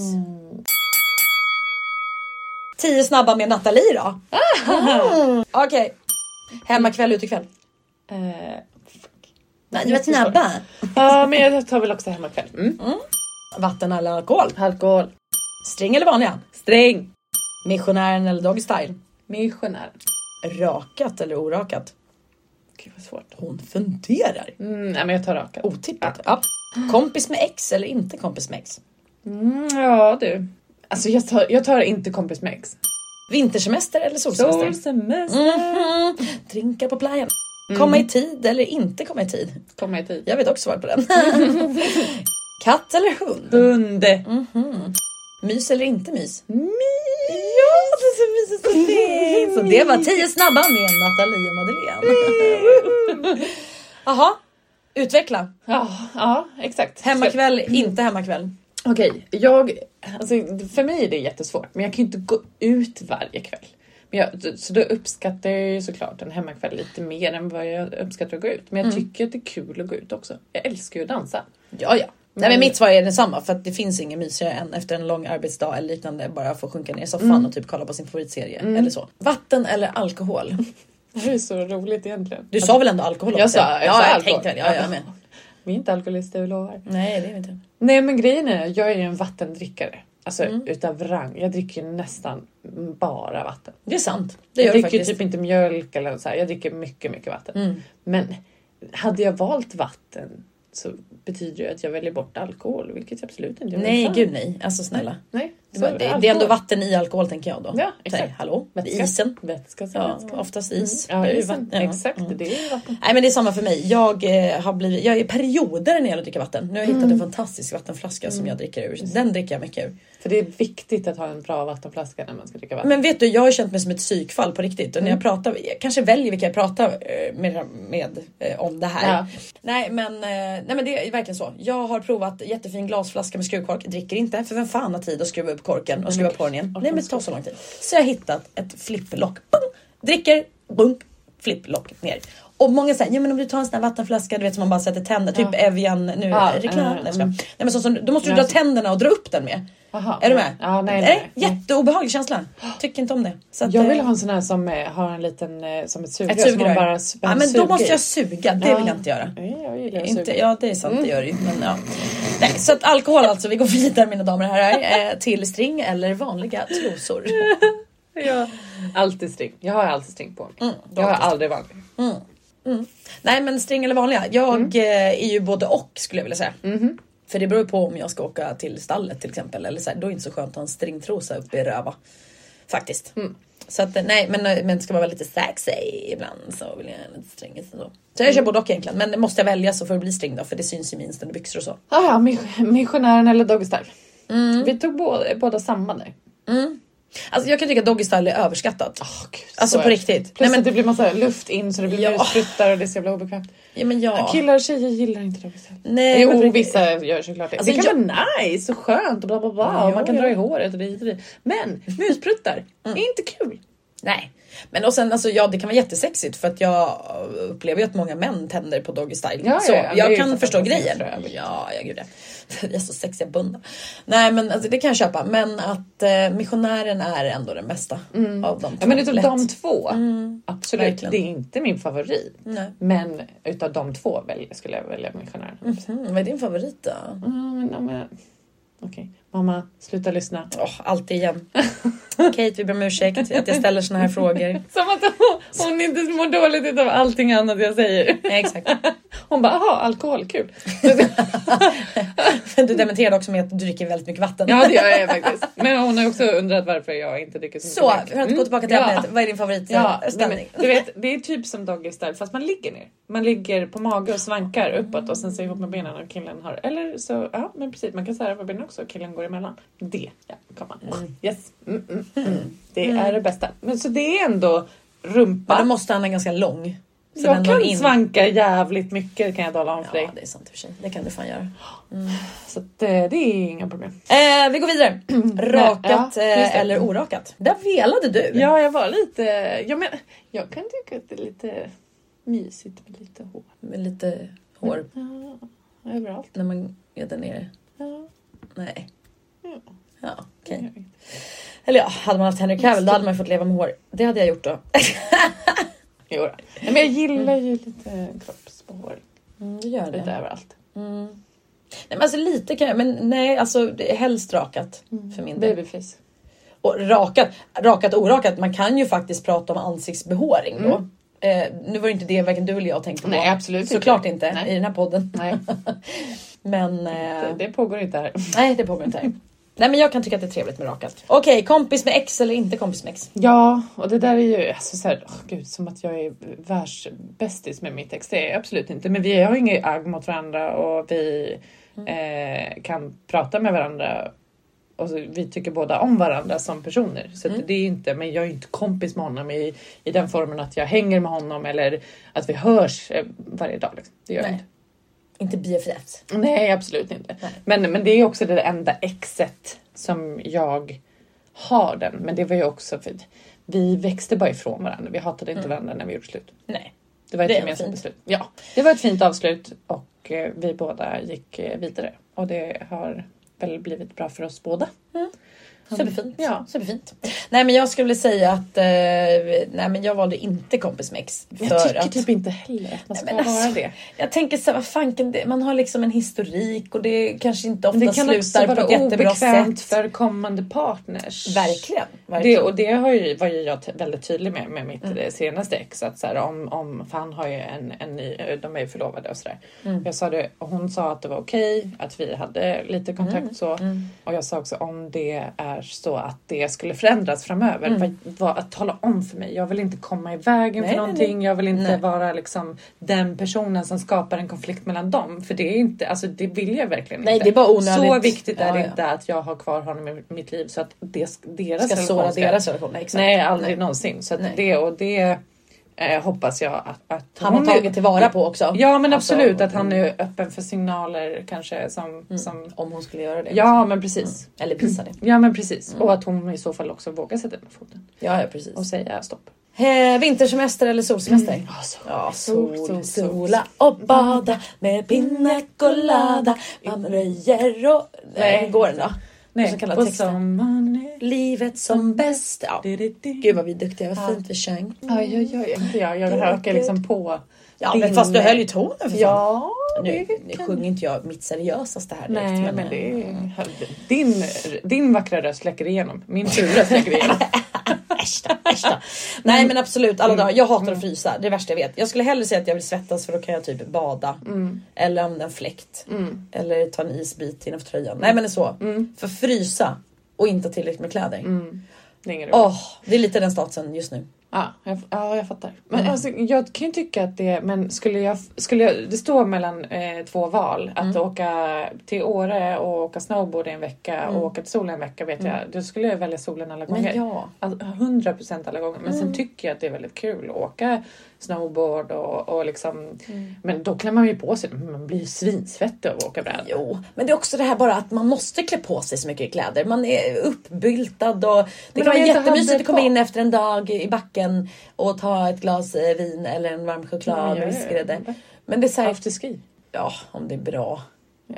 Speaker 1: Tio snabba med Nathalie då. Mm. Okej. Hemmakväll, utekväll.
Speaker 2: Eh, fuck.
Speaker 1: Nej, du var snabba.
Speaker 2: Ja, men jag tar väl också hemmakväll. Mm.
Speaker 1: Vatten eller alkohol?
Speaker 2: Alkohol.
Speaker 1: String eller vanliga?
Speaker 2: Sträng.
Speaker 1: Missionären eller dogstyle?
Speaker 2: Missionär.
Speaker 1: Rakat eller orakat?
Speaker 2: Gud vad svårt.
Speaker 1: Hon funderar.
Speaker 2: Mm, nej, men jag tar raka.
Speaker 1: Otippat. Ja. Kompis med ex eller inte kompis med ex?
Speaker 2: Mm, ja, du. Alltså jag tar, jag tar inte kompis med ex.
Speaker 1: Vintersemester eller solsemester? Mm.
Speaker 2: Solsemester. Mm.
Speaker 1: Mhm. Drinkar på playan. Komma i tid eller inte komma i tid?
Speaker 2: Komma i tid.
Speaker 1: Jag vet också svaret på den. Katt eller hund? Mhm.
Speaker 2: Hund.
Speaker 1: Mys eller inte mys? Mys! Ja, det är så mysigt och fint! Så det var tio snabba med Nathalie och Madeleine. Jaha, utveckla.
Speaker 2: Ja, ja, exakt.
Speaker 1: Hemmakväll, inte hemmakväll.
Speaker 2: Okej, jag, alltså, för mig är det jättesvårt men jag kan ju inte gå ut varje kväll. Men jag, så då uppskattar jag ju såklart en hemmakväll lite mer än vad jag uppskattar att gå ut. Men jag tycker att det är kul att gå ut också. Jag älskar ju att dansa.
Speaker 1: Ja, ja. Nej, men mitt svar är detsamma för att det finns inget mysigare än efter en lång arbetsdag eller liknande bara få sjunka ner i soffan och typ kolla på sin favoritserie eller så. Vatten eller alkohol?
Speaker 2: Det här är så roligt egentligen.
Speaker 1: Du sa väl ändå alkohol
Speaker 2: jag
Speaker 1: också?
Speaker 2: sa, jag
Speaker 1: ja,
Speaker 2: sa
Speaker 1: jag
Speaker 2: alkohol.
Speaker 1: tänkte väl. Ja, jag med.
Speaker 2: Vi är inte alkoholister, jag lovar.
Speaker 1: Nej, det är vi inte.
Speaker 2: Nej men grejen är, jag är ju en vattendrickare. Alltså utav rang. Jag dricker ju nästan bara vatten.
Speaker 1: Det är sant. Det
Speaker 2: Jag,
Speaker 1: gör du
Speaker 2: dricker ju
Speaker 1: faktiskt. Mm.
Speaker 2: typ Mm. inte mjölk eller så här. Jag dricker mycket, mycket vatten. Men hade jag valt vatten så betyder det att jag väljer bort alkohol, vilket jag absolut inte gör.
Speaker 1: Nej,
Speaker 2: Fan.
Speaker 1: gud nej. Alltså snälla.
Speaker 2: Nej,
Speaker 1: Det,
Speaker 2: så
Speaker 1: var, det, det är
Speaker 2: alkohol.
Speaker 1: ändå vatten i alkohol tänker jag då.
Speaker 2: Ja, exakt.
Speaker 1: Säg, hallå? Det är
Speaker 2: Vätska.
Speaker 1: isen.
Speaker 2: Vätska som
Speaker 1: Ja,
Speaker 2: vätska. Mm.
Speaker 1: oftast is.
Speaker 2: Ja,
Speaker 1: Det är ju
Speaker 2: isen.
Speaker 1: vatten. Ja. Mm.
Speaker 2: Exakt, det är ju vatten.
Speaker 1: Nej men det är samma för mig. Jag, eh, har blivit, jag är i perioder när det gäller att dricka vatten. Nu har jag hittat
Speaker 2: Mm.
Speaker 1: en fantastisk vattenflaska som jag dricker ur. Den dricker jag mycket ur.
Speaker 2: För det är viktigt att ha en bra vattenflaska när man ska dricka vatten.
Speaker 1: Men vet du, jag har känt mig som ett psykfall på riktigt och när jag
Speaker 2: Mm.
Speaker 1: pratar, jag kanske väljer vilka jag pratar eh, med, med eh, om det här.
Speaker 2: Ja.
Speaker 1: Nej, men, eh, nej men det är verkligen så. Jag har provat jättefin glasflaska med skruvkork, dricker inte för vem fan har tid att skruva upp korken och skruva på den igen. Nej men det tar så lång tid. Så jag har hittat ett flipplock, Bung! dricker, bunk, flipplock ner. Och många säger, ja men om du tar en sån här vattenflaska du vet som man bara sätter tänder, typ Evian, nu
Speaker 2: Ja,
Speaker 1: är det reklam.
Speaker 2: mm,
Speaker 1: Nej, jag skojar.
Speaker 2: mm.
Speaker 1: Nej, men så, som, då måste du dra tänderna och dra upp den med.
Speaker 2: Aha.
Speaker 1: Är du med?
Speaker 2: Ja, nej,
Speaker 1: nej,
Speaker 2: nej. Mm.
Speaker 1: Jätteobehaglig känsla. Tycker inte om det. Så att,
Speaker 2: Jag vill
Speaker 1: eh,
Speaker 2: ha en sån här som eh, har en liten, eh, som ett sugrör.
Speaker 1: ett
Speaker 2: Som man
Speaker 1: sugrör.
Speaker 2: bara sp-
Speaker 1: ja, men
Speaker 2: suger
Speaker 1: då måste
Speaker 2: i.
Speaker 1: jag suga, det
Speaker 2: Ja.
Speaker 1: vill jag inte göra.
Speaker 2: Nej, jag Mm. gillar
Speaker 1: Inte,
Speaker 2: inte.
Speaker 1: ja det är sant, det gör det ju. Men, ja. Nej, så att alkohol alltså, vi går vidare mina damer och herrar eh, till string eller vanliga trosor.
Speaker 2: Ja. Alltid string. Jag har alltid string på mig.
Speaker 1: Mm,
Speaker 2: jag har aldrig vanlig.
Speaker 1: Nej men string eller vanliga, jag
Speaker 2: Mm.
Speaker 1: eh, är ju både och skulle jag vilja säga.
Speaker 2: Mhm.
Speaker 1: För det beror ju på om jag ska åka till stallet till exempel. Eller så här, då är det inte så skönt att ha en stringtrosa uppe i röva. Faktiskt.
Speaker 2: Mm.
Speaker 1: Så att eh, nej men, eh, men ska man vara lite sexy ibland så vill jag lite string. och Så. så
Speaker 2: Mm.
Speaker 1: jag kör både och egentligen. Men måste jag välja så får det bli string då för det syns ju minst under byxor och så.
Speaker 2: Ah, ja, mis- missionären eller doggy style.
Speaker 1: Mm.
Speaker 2: Vi tog båda, båda samma där.
Speaker 1: Alltså jag kan tycka att doggy style är överskattat.
Speaker 2: Åh, gud,
Speaker 1: Alltså,
Speaker 2: så
Speaker 1: på
Speaker 2: är det.
Speaker 1: riktigt.
Speaker 2: Plus
Speaker 1: Nej, men-
Speaker 2: att det blir massa luft in så det blir
Speaker 1: Ja.
Speaker 2: muspruttar och det är så jävla obekvämt.
Speaker 1: Ja men jag...
Speaker 2: Killar och tjejer gillar inte doggy style.
Speaker 1: Nej, men på
Speaker 2: Jo,
Speaker 1: riktigt.
Speaker 2: vissa gör såklart det.
Speaker 1: Alltså,
Speaker 2: det kan
Speaker 1: jag-
Speaker 2: vara nice och skönt och bla bla bla.
Speaker 1: Ja,
Speaker 2: och man kan
Speaker 1: ja. Mm.
Speaker 2: dra i håret och det hit och dit. Men muspruttar, är inte kul.
Speaker 1: Nej. Men och sen alltså, ja, det kan vara jättesexigt för att jag upplever ju att många män tänder på doggy style.
Speaker 2: Ja, ja,
Speaker 1: så
Speaker 2: ja, det är
Speaker 1: jag
Speaker 2: ju
Speaker 1: kan
Speaker 2: för
Speaker 1: förstå
Speaker 2: att de
Speaker 1: grejen.
Speaker 2: ser så övrigt.
Speaker 1: Ja, ja gud ja. Vi är så sexiga bundna. Nej men alltså, det kan jag köpa. Men att eh, missionären är ändå den bästa av de två.
Speaker 2: Mm. Ja, men utav
Speaker 1: Lätt. Mm.
Speaker 2: de två, absolut.
Speaker 1: verkligen.
Speaker 2: Det är inte min favorit.
Speaker 1: Nej.
Speaker 2: Men utav de två väl, skulle jag välja missionären.
Speaker 1: Mhm, vad är din favorit då?
Speaker 2: Mm, men, ja, men, Okej, mamma, sluta lyssna.
Speaker 1: Åh, alltid igen. Kate, vi ber om ursäkt att jag ställer såna här frågor.
Speaker 2: Som att hon, hon inte mår dåligt utav allting annat jag säger.
Speaker 1: Ja, exakt.
Speaker 2: Hon bara, aha, alkohol, kul.
Speaker 1: Du dementerade också med att du dricker väldigt mycket vatten.
Speaker 2: Ja, det gör jag faktiskt. Men hon har också undrat varför jag inte dricker så mycket
Speaker 1: Så,
Speaker 2: mjölk.
Speaker 1: för att gå
Speaker 2: Mm,
Speaker 1: tillbaka till
Speaker 2: ja.
Speaker 1: ämnet. Vad är din
Speaker 2: Ja, nej,
Speaker 1: favoritställning?
Speaker 2: men, du vet, det är typ som doggy style fast man ligger ner. Man ligger på mage och svankar uppåt och sen så ihop med benen och killen har... Eller så, ja men precis, man kan sära på benen också och killen går emellan. Det, ja, komma. Yes. Mm, mm, mm. Det är det bästa. Men så det är ändå rumpa.
Speaker 1: Men då måste han vara ganska lång. Så den
Speaker 2: jag
Speaker 1: når
Speaker 2: kan
Speaker 1: in.
Speaker 2: svanka jävligt mycket kan jag tala om för dig.
Speaker 1: Ja, det är sant i och för sig. Det kan du fan göra. Mm.
Speaker 2: Så att, eh, det är inga problem.
Speaker 1: Eh, vi går vidare. Rakat
Speaker 2: Ja, just
Speaker 1: eh,
Speaker 2: det.
Speaker 1: eller orakat? Där velade du.
Speaker 2: Ja, jag var lite... Jag, men, jag kan tycka att det är lite mysigt med lite hår.
Speaker 1: Med lite hår
Speaker 2: Ja, överallt.
Speaker 1: när man är där nere.
Speaker 2: Ja,
Speaker 1: Nej.
Speaker 2: Ja.
Speaker 1: Ja,
Speaker 2: det
Speaker 1: okej.
Speaker 2: gör jag.
Speaker 1: Eller ja, hade man haft Henry Cavill då hade man fått leva med hår. Det hade jag gjort då.
Speaker 2: Jo då. Nej, men jag gillar ju lite kroppshår
Speaker 1: Mm, det gör
Speaker 2: lite
Speaker 1: Mm. det.
Speaker 2: överallt.
Speaker 1: Mm. Nej men alltså lite kan jag, men nej alltså det är helst rakat Mm. för min del.
Speaker 2: Babyface.
Speaker 1: Och rakat, rakat och orakat, man kan ju faktiskt prata om ansiktsbehåring då. Eh, nu var det inte det varken du eller jag tänkte på.
Speaker 2: Mm. Nej, absolut inte.
Speaker 1: Såklart inte
Speaker 2: Nej.
Speaker 1: i den här podden.
Speaker 2: Nej,
Speaker 1: Men
Speaker 2: det,
Speaker 1: eh,
Speaker 2: det pågår inte här.
Speaker 1: nej, det pågår inte här. Nej men jag kan tycka att det är trevligt med rakat. Okej, kompis med ex eller inte kompis med ex?
Speaker 2: Ja, och det där är ju alltså, så här, åh, gud, som att jag är världsbästis med mitt ex. Det är jag absolut inte. Men vi har inget agg mot varandra och vi eh, kan prata med varandra. Och så, vi tycker båda om varandra som personer. Så att det är inte, men jag är ju inte kompis med honom i, i den formen att jag hänger med honom eller att vi hörs eh, varje dag. Liksom. Det gör jag
Speaker 1: Nej.
Speaker 2: inte.
Speaker 1: Inte BFF.
Speaker 2: Nej, absolut inte.
Speaker 1: Nej.
Speaker 2: Men, men det är också det enda exet som jag har den. Men det var ju också för att vi växte bara ifrån varandra. Vi hatade inte varandra när vi gjorde slut.
Speaker 1: Nej.
Speaker 2: Det var ett
Speaker 1: Mm. Det är
Speaker 2: gemensamt
Speaker 1: fint.
Speaker 2: beslut. Ja, det var ett fint avslut och eh, vi båda gick eh, vidare. Och det har väl blivit bra för oss båda.
Speaker 1: Mm. Superfint.
Speaker 2: Mm. Ja.
Speaker 1: Superfint. Nej men jag skulle säga att eh, nej, men jag valde inte kompis med ex. För
Speaker 2: Jag tycker
Speaker 1: att,
Speaker 2: typ inte heller att man ska
Speaker 1: men
Speaker 2: vara
Speaker 1: alltså,
Speaker 2: det.
Speaker 1: Jag tänker så här, vad fan kan det, man har liksom en historik och det kanske inte ofta
Speaker 2: Men det kan också
Speaker 1: slutar på ett
Speaker 2: vara
Speaker 1: jättebra sätt.
Speaker 2: obekvämt för kommande partners.
Speaker 1: Verkligen. verkligen. Mm.
Speaker 2: Det, och det har ju, var ju jag t- väldigt tydlig med, med mitt eh, senaste ex. Att så här, om, om, för han har ju en, en ny, eh, de är ju förlovade och sådär.
Speaker 1: Mm.
Speaker 2: Jag sa det, och hon sa att det var okej, att vi hade lite kontakt
Speaker 1: Mm.
Speaker 2: så. Och jag sa också om det är så att det skulle förändras framöver. Vad, vad, att tala om för mig. Jag vill inte komma i vägen
Speaker 1: Mm. Nej,
Speaker 2: för
Speaker 1: nej,
Speaker 2: någonting. Jag vill inte
Speaker 1: Nej.
Speaker 2: vara liksom den personen som skapar en konflikt mellan dem. För det är inte, alltså det vill jag verkligen
Speaker 1: Nej,
Speaker 2: inte.
Speaker 1: det är bara
Speaker 2: Så
Speaker 1: onödigt.
Speaker 2: viktigt är
Speaker 1: Ja,
Speaker 2: det
Speaker 1: ja.
Speaker 2: inte att jag har kvar honom i mitt liv så att det, sk- deras
Speaker 1: ska
Speaker 2: relation
Speaker 1: såra
Speaker 2: ska-
Speaker 1: deras relation. Nej, exakt.
Speaker 2: Nej, aldrig någonsin. Så att
Speaker 1: Nej.
Speaker 2: det och det eh, hoppas jag att, att
Speaker 1: Han har
Speaker 2: hon är-
Speaker 1: tagit tillvara på också.
Speaker 2: Ja men
Speaker 1: Alltså,
Speaker 2: absolut att han är öppen för signaler kanske som... som
Speaker 1: Om hon skulle göra det.
Speaker 2: Mm. ja men precis.
Speaker 1: Eller visa det.
Speaker 2: Ja men precis. Och att hon i så fall också vågar sätta ner foten
Speaker 1: Ja, ja precis.
Speaker 2: och säga stopp.
Speaker 1: Eh, vintersemester eller solsemester?
Speaker 2: Ja, så.
Speaker 1: Ja,
Speaker 2: Sol, sol,
Speaker 1: sola och bada med pina colada. Man röjer och... Nej, hur går den då?
Speaker 2: Nej,
Speaker 1: så kallar
Speaker 2: på
Speaker 1: texten.
Speaker 2: sommaren är...
Speaker 1: Livet som bäst. Ja. Gud
Speaker 2: Gud
Speaker 1: vad vi är duktiga, vad fint vi sjöng.
Speaker 2: Aj, aj, aj. Inte jag, jag röker liksom på.
Speaker 1: Ja, men fast du höll ju tonen för fan.
Speaker 2: Ja,
Speaker 1: Nu,
Speaker 2: det
Speaker 1: nu
Speaker 2: kan-
Speaker 1: sjunger inte jag mitt seriösaste här direkt. eh,
Speaker 2: Nej, men det är... Din, din vackra röst läcker igenom. Min tjurröst läcker igenom.
Speaker 1: Äsch då, äsch då.
Speaker 2: Mm.
Speaker 1: Nej men absolut, alla dagar. Jag hatar att frysa, det är det värsta jag vet. Jag skulle hellre säga att jag vill svettas för då kan jag typ bada.
Speaker 2: Mm,
Speaker 1: Eller använda en fläkt. Eller ta en isbit innanför tröjan. Nej men det är så.
Speaker 2: mm.
Speaker 1: För frysa och inte ha tillräckligt med kläder.
Speaker 2: Det är ingen
Speaker 1: Åh, det är lite den statusen just nu.
Speaker 2: Ja, jag, ja, jag fattar. Men
Speaker 1: Mm.
Speaker 2: alltså, jag kan ju tycka att det, men skulle jag, skulle jag, det står mellan eh, två val, att
Speaker 1: Mm.
Speaker 2: åka till Åre och åka snowboard i en vecka
Speaker 1: Mm.
Speaker 2: och åka till solen en vecka vet jag, då skulle jag välja solen alla gånger.
Speaker 1: ja.
Speaker 2: Alltså, 100 procent alla gånger. Men
Speaker 1: Mm.
Speaker 2: sen tycker jag att det är väldigt kul att åka snowboard och, och liksom,
Speaker 1: Mm.
Speaker 2: men då klär man ju på sig, man blir ju svinsvettig av att åka bräda.
Speaker 1: Jo, men det är också det här bara att man måste klä på sig så mycket kläder. Man är uppbyltad och det kan
Speaker 2: Men
Speaker 1: vara
Speaker 2: om jag inte
Speaker 1: jättemysigt
Speaker 2: hade
Speaker 1: att komma
Speaker 2: på-
Speaker 1: in efter en dag i backen och ta ett glas eh, vin eller en varm
Speaker 2: Ja,
Speaker 1: choklad
Speaker 2: ja,
Speaker 1: med
Speaker 2: ja.
Speaker 1: vispgrädde. Men det är så här,
Speaker 2: Afterski.
Speaker 1: ja, om det är bra.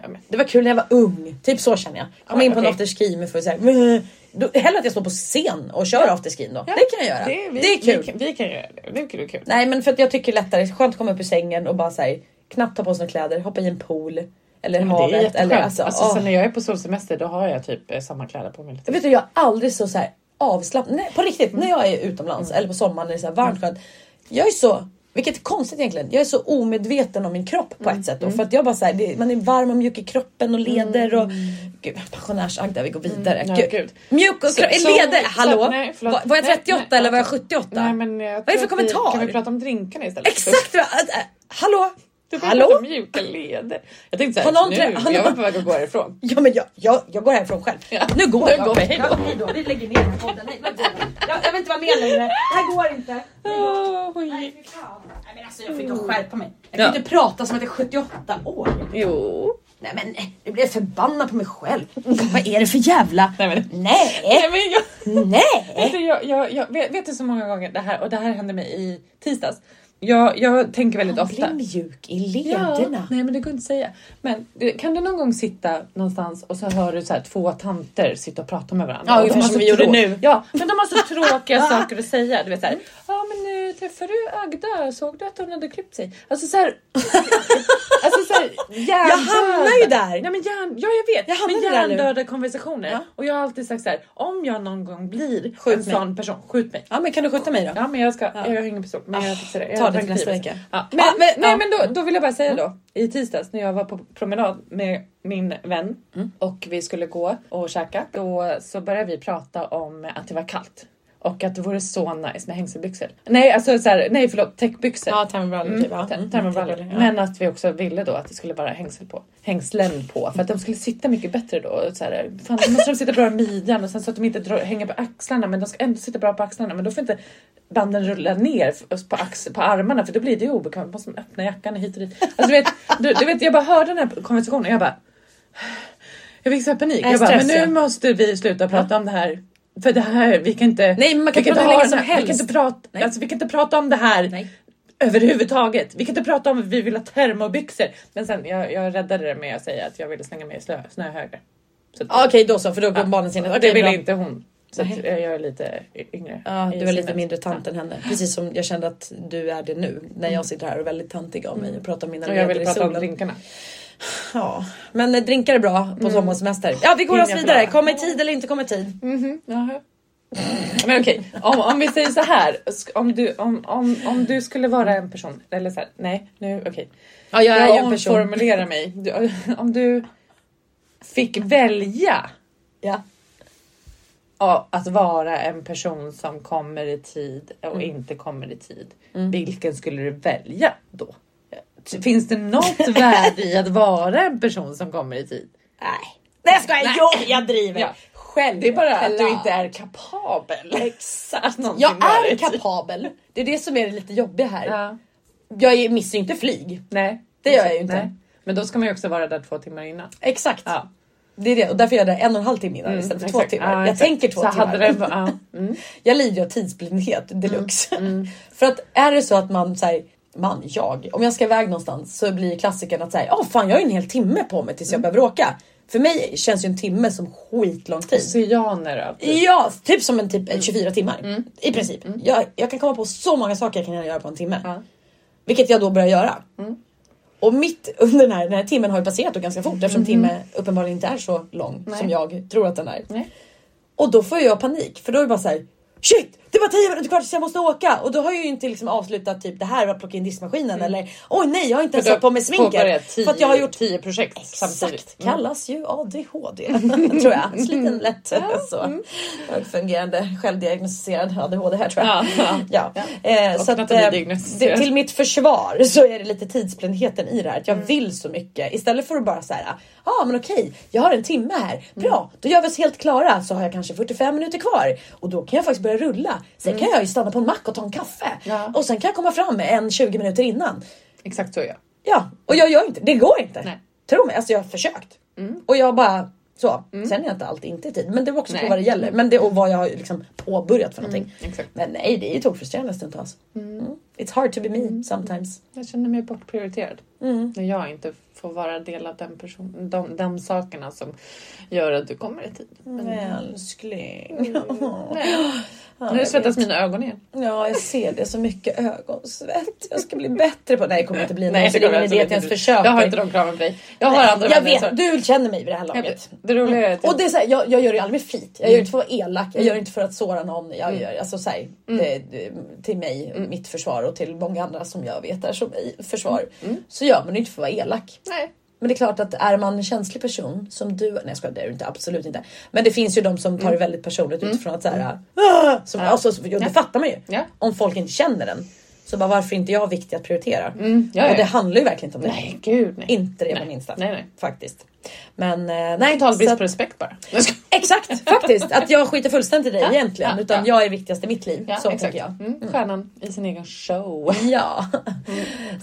Speaker 2: Ja, men.
Speaker 1: Det var kul när jag var ung. Typ så känner jag. Komma
Speaker 2: Ja,
Speaker 1: in på en
Speaker 2: okej.
Speaker 1: afterski med för att säga "Meh." då, Hellre att jag står på scen och kör afterskin då. Det kan jag göra. Det,
Speaker 2: vi,
Speaker 1: är kul.
Speaker 2: Vi, kan- vi kan göra det. Det är kul. kul.
Speaker 1: Nej men för att jag tycker det är lättare. Skönt att komma upp ur sängen och bara så här, knappt ta på sig några kläder, hoppa i en pool. Eller
Speaker 2: Men det är
Speaker 1: havet.
Speaker 2: jätteskönt.
Speaker 1: Eller,
Speaker 2: Alltså,
Speaker 1: alltså, åh.
Speaker 2: Sen när jag är på solsemester då har jag typ eh, samma kläder på mig. Lite.
Speaker 1: Vet du, jag är aldrig så, så här avslappnad. Nej, på riktigt, när jag är utomlands
Speaker 2: Mm.
Speaker 1: eller på sommaren när det är så här varmt skönt. Jag är så, vilket är konstigt egentligen, jag är så omedveten om min kropp på
Speaker 2: Mm.
Speaker 1: ett sätt. Då, för att jag bara så här, det, man är varm och mjuk i kroppen och leder och... Gud, pensionärs-Agda, vi går vidare.
Speaker 2: Mm, ja, gud.
Speaker 1: Mjuk och
Speaker 2: Så-
Speaker 1: kropp,
Speaker 2: så-
Speaker 1: leder,
Speaker 2: så-
Speaker 1: hallå?
Speaker 2: nej, förlåt.
Speaker 1: var, var jag
Speaker 2: Nej,
Speaker 1: 38
Speaker 2: nej,
Speaker 1: eller var jag 78?
Speaker 2: Nej, men jag
Speaker 1: Vad är det för
Speaker 2: tror att vi-
Speaker 1: kommentar?
Speaker 2: Kan vi prata om drinkarna istället?
Speaker 1: Exakt! va? Äh, äh, hallå?
Speaker 2: Du kan
Speaker 1: Hallå?
Speaker 2: prata om mjuka leder. Jag tänkte
Speaker 1: Har någon
Speaker 2: såhär, nu,
Speaker 1: trä- har någon-
Speaker 2: jag var på väg att gå härifrån.
Speaker 1: Ja men jag, jag, jag går härifrån själv.
Speaker 2: Ja.
Speaker 1: Nu går
Speaker 2: Nu
Speaker 1: jag.
Speaker 2: går vi, hej då.
Speaker 1: Ja, hej då. Vi lägger ner podden. Nej, men- Jag, jag vill inte vara med längre. Det här går inte.
Speaker 2: Åh, hon gick.
Speaker 1: Nej, fy fan. Nej, men alltså, jag fick nog skärpa mig. Jag kan ju inte prata som att jag är 78 år.
Speaker 2: Jo.
Speaker 1: Nej men nej, nu blir jag förbannad på mig själv. Vad är det för jävla...
Speaker 2: Nej, men-
Speaker 1: Nej! eh,
Speaker 2: Nej, men jag,
Speaker 1: Nej!
Speaker 2: Alltså, jag, jag, jag vet, vet du så många gånger det här och det här hände mig i tisdags. Jag, jag tänker väldigt
Speaker 1: Man
Speaker 2: ofta.
Speaker 1: blir mjuk i
Speaker 2: Ja,
Speaker 1: lederna.
Speaker 2: nej men det går inte att säga. Men eh, kan du någon gång sitta någonstans och så hör du så här två tanter sitta och prata med varandra?
Speaker 1: Ja,
Speaker 2: Och de
Speaker 1: ungefär
Speaker 2: har
Speaker 1: som
Speaker 2: så
Speaker 1: vi gjorde
Speaker 2: trå-
Speaker 1: nu.
Speaker 2: Ja, men de har så tråkiga saker att säga. Du vet såhär, ja men eh, träffade du Agda? Såg du att hon hade klippt sig? Alltså såhär... alltså såhär hjärndöda.
Speaker 1: Jag hamnar ju där.
Speaker 2: Nej, men hjärn, ja jag vet,
Speaker 1: Jag hamnar
Speaker 2: men
Speaker 1: ju där nu.
Speaker 2: hjärndöda konversationer.
Speaker 1: Ja.
Speaker 2: Och jag har alltid sagt såhär, om jag någon gång blir
Speaker 1: Skjut
Speaker 2: en
Speaker 1: mig.
Speaker 2: sån person, skjut mig.
Speaker 1: Ja men kan du skjuta mig då? Ah,
Speaker 2: Ja men jag ska, jag har ingen pistol. Men jag fixar det. Jag
Speaker 1: ta
Speaker 2: har
Speaker 1: det till
Speaker 2: en kniv.
Speaker 1: nästa vecka.
Speaker 2: Ja. Men,
Speaker 1: Ja,
Speaker 2: men,
Speaker 1: ja. Mm.
Speaker 2: Nej men då, då vill jag bara säga då. I tisdags när jag var på promenad med min vän
Speaker 1: Mm.
Speaker 2: och vi skulle gå och käka. Då så började vi prata om att det var kallt. Och att det vore så nice med hängselbyxor. Nej alltså så här, nej förlåt täckbyxor.
Speaker 1: termobrallor
Speaker 2: Mm, ter- termobrallor. Men att vi också ville då att det skulle vara hängsel på. Hängslen på. För att de skulle sitta mycket bättre då. Och Så här, fan, då måste de sitta bra i midjan och sen så att de inte drar, hänger på axlarna men de ska ändå sitta bra på axlarna. Men då får inte banden rulla ner f- på, ax, på armarna för då blir det ju obekvämt. Man måste öppna jackan hit och dit. Alltså, du, vet, du, du vet, jag bara hörde den här konversationen och jag bara... Jag fick så här panik.
Speaker 1: Nej,
Speaker 2: Jag bara, men
Speaker 1: stress,
Speaker 2: nu
Speaker 1: ja.
Speaker 2: måste vi sluta prata om det här. För det här, vi kan inte...
Speaker 1: Nej, men man kan
Speaker 2: vi
Speaker 1: prata hur
Speaker 2: ha
Speaker 1: länge
Speaker 2: den
Speaker 1: som
Speaker 2: här- Vi kan
Speaker 1: helst.
Speaker 2: inte prata, alltså, vi kan inte prata om det här
Speaker 1: Nej.
Speaker 2: överhuvudtaget. Vi kan inte prata om att vi vill ha termobyxor. Men sen, jag, jag räddade det med att säga att jag ville slänga mig i snö, snöhöger. Så att,
Speaker 1: Ja, Okej då så för då går barnen sin.
Speaker 2: och det ville inte hon. Så att jag är lite y- yngre.
Speaker 1: Ja,
Speaker 2: i
Speaker 1: du är lite
Speaker 2: sinnet.
Speaker 1: mindre tant än henne. Precis som jag kände att du är det nu när jag sitter här och är väldigt tantig av mig och pratar om mina
Speaker 2: Och Mm. jag
Speaker 1: leder
Speaker 2: vill
Speaker 1: i
Speaker 2: prata om
Speaker 1: solen.
Speaker 2: drinkarna.
Speaker 1: Ja, men eh, drinkar är bra på
Speaker 2: Mm.
Speaker 1: sommarsemester. Ja, vi går
Speaker 2: Hinner
Speaker 1: oss
Speaker 2: jag
Speaker 1: vidare.
Speaker 2: förklara?
Speaker 1: Kom i tid eller inte kom i tid.
Speaker 2: Men okej, om, om vi säger så här. sk- Om du, om, om, om du skulle vara en person, eller så här, nej nu okej.
Speaker 1: Ja, jag är ju
Speaker 2: Jag
Speaker 1: en person.
Speaker 2: omformulerar mig. Du, om du fick välja
Speaker 1: Ja.
Speaker 2: Ja, att vara en person som kommer i tid och
Speaker 1: Mm.
Speaker 2: inte kommer i tid. Vilken skulle du välja då? Finns det något värde i att vara en person som kommer i tid?
Speaker 1: Nej. Nej, jag skojar. Jo, jag driver.
Speaker 2: Ja.
Speaker 1: Själv.
Speaker 2: Det är bara att du inte är kapabel. Exakt.
Speaker 1: Jag är kapabel. Det är det som är det lite jobbiga här.
Speaker 2: Ja.
Speaker 1: Jag är- missar ju inte flyg.
Speaker 2: Nej,
Speaker 1: Det gör jag ju inte.
Speaker 2: Men då ska man ju också vara där två timmar innan.
Speaker 1: Exakt.
Speaker 2: Ja.
Speaker 1: Det är det. Och därför gör jag det en och en halv timme innan
Speaker 2: Mm,
Speaker 1: istället för två
Speaker 2: exakt.
Speaker 1: timmar.
Speaker 2: Ja,
Speaker 1: jag
Speaker 2: exakt.
Speaker 1: tänker två
Speaker 2: så
Speaker 1: timmar.
Speaker 2: Hade det, ja. mm,
Speaker 1: Jag lider ju av tidsblindhet deluxe.
Speaker 2: mm.
Speaker 1: För att är det så att man så här, man, jag, om jag ska iväg någonstans så blir klassikern att säga, ja fan jag har ju en hel timme på mig tills jag
Speaker 2: Mm.
Speaker 1: behöver åka. För mig känns ju en timme som skitlång tid.
Speaker 2: Oceaner av tid.
Speaker 1: Ja, typ som en typ eh, 24 timmar
Speaker 2: Mm.
Speaker 1: i princip. Jag, jag kan komma på så många saker jag kan göra på en timme,
Speaker 2: Ja. Mm.
Speaker 1: vilket jag då börjar göra. Och mitt under den här, den här timmen har ju passerat då ganska fort eftersom timme uppenbarligen inte är så lång
Speaker 2: Mm. Nej.
Speaker 1: som jag tror att den är.
Speaker 2: Nej.
Speaker 1: Och då får jag panik för då är det bara så här. Shit, det var 10 minuter kvar tills jag måste åka och då har jag ju inte liksom avslutat typ det här var att plocka in diskmaskinen
Speaker 2: Mm.
Speaker 1: eller oj nej, jag har inte ens satt på mig sminket
Speaker 2: Tio,
Speaker 1: för att jag har gjort
Speaker 2: tio projekt samtidigt. Mm.
Speaker 1: Exakt, kallas ju ADHD tror jag. Sliten lätt så.
Speaker 2: Mm.
Speaker 1: Fungerande självdiagnostiserad ADHD här tror jag.
Speaker 2: Ja, ja.
Speaker 1: Ja. Eh, så
Speaker 2: Och
Speaker 1: att,
Speaker 2: att den är
Speaker 1: eh, det,
Speaker 2: diagnostiserad.
Speaker 1: till mitt försvar så är det lite tidsblindheten i det här. Att
Speaker 2: Mm.
Speaker 1: jag vill så mycket. Istället för att bara säga ja ah, men okej, jag har en timme
Speaker 2: Mm.
Speaker 1: här. Bra, då gör vi oss helt klara så har jag kanske 45 minuter kvar och då kan jag faktiskt börja rulla. Sen kan jag ju stanna på en mack och ta en kaffe
Speaker 2: Mm. Ja.
Speaker 1: och sen kan jag komma fram en 20 minuter innan.
Speaker 2: Exakt så är jag.
Speaker 1: Ja, och jag gör inte det. går inte.
Speaker 2: Nej. Mm.
Speaker 1: Tro mig, alltså jag har försökt. Och jag bara så. Sen är inte allt inte i tid. Men det var också på
Speaker 2: Nej. Mm.
Speaker 1: vad det gäller. Men det, och vad jag har liksom påbörjat för någonting.
Speaker 2: Exakt.
Speaker 1: Men nej, det är ju tokfrustrerande stundtals. Mm. It's hard to be me
Speaker 2: Mm.
Speaker 1: sometimes.
Speaker 2: Jag känner mig bortprioriterad.
Speaker 1: Mm.
Speaker 2: När jag inte får vara del av den person, de, de sakerna som gör att du kommer i tid. Men,
Speaker 1: Älskling.
Speaker 2: nej.
Speaker 1: Mm. Ja,
Speaker 2: Mm. Nu
Speaker 1: jag
Speaker 2: svettas
Speaker 1: vet.
Speaker 2: mina ögon igen.
Speaker 1: Ja, jag ser det. Så mycket ögonsvett. Jag ska bli bättre på det. Nej, det kommer inte bli
Speaker 2: Nej,
Speaker 1: någon. Så det är
Speaker 2: kommer
Speaker 1: ingen
Speaker 2: alltså
Speaker 1: idé att jag ens
Speaker 2: inte bli.
Speaker 1: försöker.
Speaker 2: Jag har inte de kraven på dig. Jag har andra
Speaker 1: jag
Speaker 2: vänner.
Speaker 1: vet, du känner mig vid det här
Speaker 2: Jag
Speaker 1: laget.
Speaker 2: vet. Det roliga är att
Speaker 1: Och det är så här, jag, jag gör det aldrig med flit.
Speaker 2: Mm.
Speaker 1: Jag gör det inte för att vara elak. Jag gör det inte för att såra någon. Jag gör alltså så här,
Speaker 2: Mm.
Speaker 1: det, det- till mig, mitt försvar och till många andra som jag vet är som i försvar.
Speaker 2: Mm.
Speaker 1: Så gör man det inte för att vara elak.
Speaker 2: Nej.
Speaker 1: Men det är klart att är man en känslig person som du, nej jag skojar, det är du inte, absolut inte. Men det finns ju de som tar det väldigt personligt utifrån att så här, "Ah!" som,
Speaker 2: Mm. Ja.
Speaker 1: alltså, jo, det
Speaker 2: Ja.
Speaker 1: fattar man ju.
Speaker 2: Ja.
Speaker 1: Om folk inte känner den. Så bara varför är inte jag viktig att prioritera?
Speaker 2: Mm, ja,
Speaker 1: Och det
Speaker 2: ja.
Speaker 1: handlar ju verkligen inte om det.
Speaker 2: Nej, gud nej.
Speaker 1: Inte det på
Speaker 2: Nej.
Speaker 1: minsta.
Speaker 2: Nej, nej.
Speaker 1: Faktiskt. Men eh, nej.
Speaker 2: Total
Speaker 1: så
Speaker 2: brist
Speaker 1: att-
Speaker 2: på respekt bara. Jag ska-
Speaker 1: Exakt, faktiskt. Att jag skiter fullständigt i dig
Speaker 2: Ja,
Speaker 1: egentligen.
Speaker 2: ja,
Speaker 1: utan jag är viktigast i mitt liv.
Speaker 2: Ja,
Speaker 1: så
Speaker 2: exakt.
Speaker 1: tänker jag.
Speaker 2: Mm, stjärnan i sin egen show.
Speaker 1: Ja.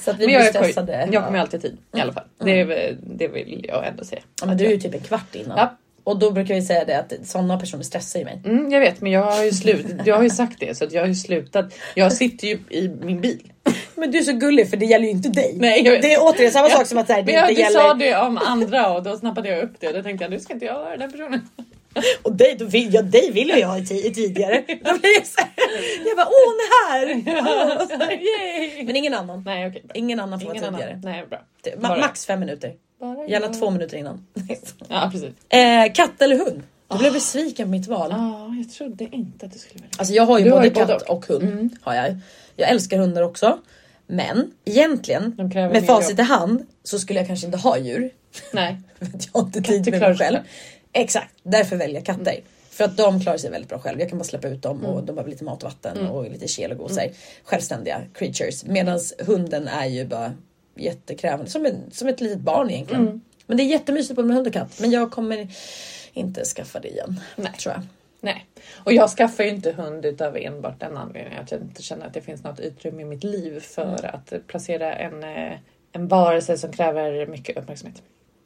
Speaker 1: Så att vi
Speaker 2: Men
Speaker 1: blir
Speaker 2: jag, är
Speaker 1: stressade. Mm.
Speaker 2: skoj. jag kommer alltid i tid i alla fall. Det, är väl- det vill jag ändå säga.
Speaker 1: ja, men du är ju typ en kvart innan.
Speaker 2: Ja.
Speaker 1: Och då brukar vi säga det att sådana personer stressar ju mig.
Speaker 2: Mm, jag vet, men jag har ju, slut, jag har ju sagt det så att jag har ju slutat. Jag sitter ju i min bil.
Speaker 1: Men du är så gullig för det gäller ju inte dig.
Speaker 2: Nej, jag vet.
Speaker 1: Det är återigen samma sak som att så här, det
Speaker 2: Men jag, du
Speaker 1: inte gäller
Speaker 2: sa det om andra och då snappade jag upp det. Då tänkte jag nu ska inte jag vara den personen.
Speaker 1: och dig, då vill, ja, dig vill jag ha i tid- tidigare. Då blir jag, så här, jag bara åh nej här! Åh, så här.
Speaker 2: Yay!
Speaker 1: Men ingen annan.
Speaker 2: Nej okej. bra.
Speaker 1: Ingen annan får
Speaker 2: Ingen
Speaker 1: vara
Speaker 2: annan.
Speaker 1: tidigare.
Speaker 2: Nej bra.
Speaker 1: Ma-
Speaker 2: Bara-
Speaker 1: max fem minuter.
Speaker 2: Bara
Speaker 1: Gärna
Speaker 2: jag.
Speaker 1: två minuter innan.
Speaker 2: Ja precis.
Speaker 1: eh, katt eller hund? Du
Speaker 2: Ah.
Speaker 1: blev besviken på mitt val.
Speaker 2: Ja, Ah, jag trodde inte att du skulle välja.
Speaker 1: Alltså jag har ju
Speaker 2: Du har
Speaker 1: både
Speaker 2: ju Mm. både
Speaker 1: katt och, hund. Har jag. jag älskar hundar också. Men egentligen
Speaker 2: De kräver
Speaker 1: med
Speaker 2: mer
Speaker 1: facit i hand så skulle jag kanske inte ha djur.
Speaker 2: Nej.
Speaker 1: För att jag har inte tid med
Speaker 2: klarar
Speaker 1: mig
Speaker 2: sig
Speaker 1: själv.
Speaker 2: själv. Mm.
Speaker 1: Exakt, därför väljer jag katter. För att de klarar sig väldigt bra själv. Jag kan bara släppa ut dem och de behöver lite mat och vatten
Speaker 2: Mm.
Speaker 1: och lite kel och gosar. Självständiga creatures. Medan hunden är ju bara jättekrävande. Som, en, som ett litet barn egentligen.
Speaker 2: Mm.
Speaker 1: Men det är jättemysigt både med hund och katt. Men jag kommer inte skaffa det igen.
Speaker 2: Nej.
Speaker 1: Tror jag.
Speaker 2: Nej. Och jag skaffar ju inte hund utav enbart den anledningen att jag inte känner att det finns något utrymme i mitt liv för att placera en, eh, en varelse som kräver mycket uppmärksamhet.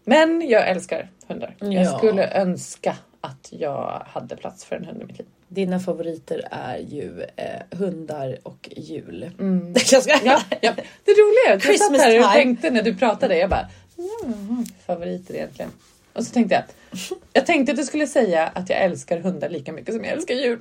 Speaker 2: Men jag älskar hundar.
Speaker 1: Ja.
Speaker 2: Jag skulle önska att jag hade plats för en hund i mitt liv.
Speaker 1: Dina favoriter är ju eh, hundar och jul. Jag ska...
Speaker 2: Mm. Ja, ja. Det roliga är att jag satt
Speaker 1: Christmas
Speaker 2: här och
Speaker 1: time.
Speaker 2: tänkte när du pratade, jag bara ja, vad har vi för favoriter egentligen? Och så tänkte jag att jag tänkte att du skulle säga att jag älskar hundar lika mycket som jag älskar jul.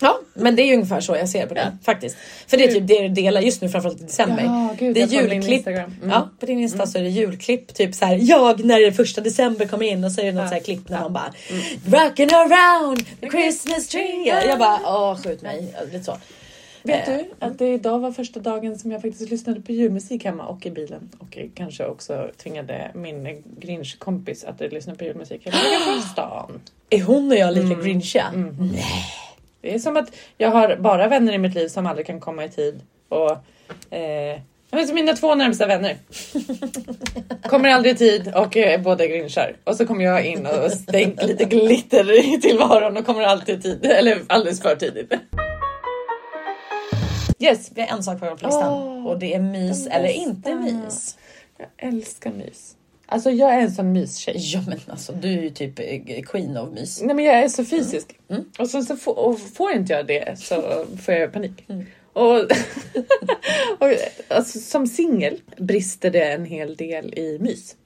Speaker 1: Ja, men det är ju ungefär så jag ser på det faktiskt. För det är typ det du delar just nu, framförallt i december.
Speaker 2: Ja, gud,
Speaker 1: det är
Speaker 2: jag kollar in
Speaker 1: julklipp.
Speaker 2: Instagram. Mm.
Speaker 1: Ja, på din Insta så är det julklipp. Typ så här, jag när det första december kommer in och så är det något så här klipp när man bara Rockin' around the Christmas tree. Jag bara, åh skjut mig. Ja, Lite så.
Speaker 2: Vet du att det idag var första dagen som jag faktiskt lyssnade på julmusik hemma och i bilen och kanske också tvingade min Grinch-kompis att lyssna på julmusik hela vägen från stan.
Speaker 1: Är hon och jag lika grinchiga?
Speaker 2: Det är som att jag har bara vänner i mitt liv som aldrig kan komma i tid och eh, ja, men som mina två närmsta vänner kommer aldrig i tid och eh, båda är grinchar. Och så kommer jag in och stängt lite glitter i tillvaron och kommer alltid i tid, eller alldeles för tidigt. Yes,
Speaker 1: Vi har en sak kvar på listan
Speaker 2: Åh,
Speaker 1: och det är mys
Speaker 2: den
Speaker 1: eller
Speaker 2: bästa.
Speaker 1: inte mys.
Speaker 2: jag älskar mys. Alltså jag är en sån mystjej.
Speaker 1: Ja men alltså du är ju typ eh, queen of mys.
Speaker 2: Nej men jag är så fysisk.
Speaker 1: Mm.
Speaker 2: Och sen så få, och får inte jag det så får jag panik.
Speaker 1: Mm.
Speaker 2: Och, och alltså, som singel brister det en hel del i mys.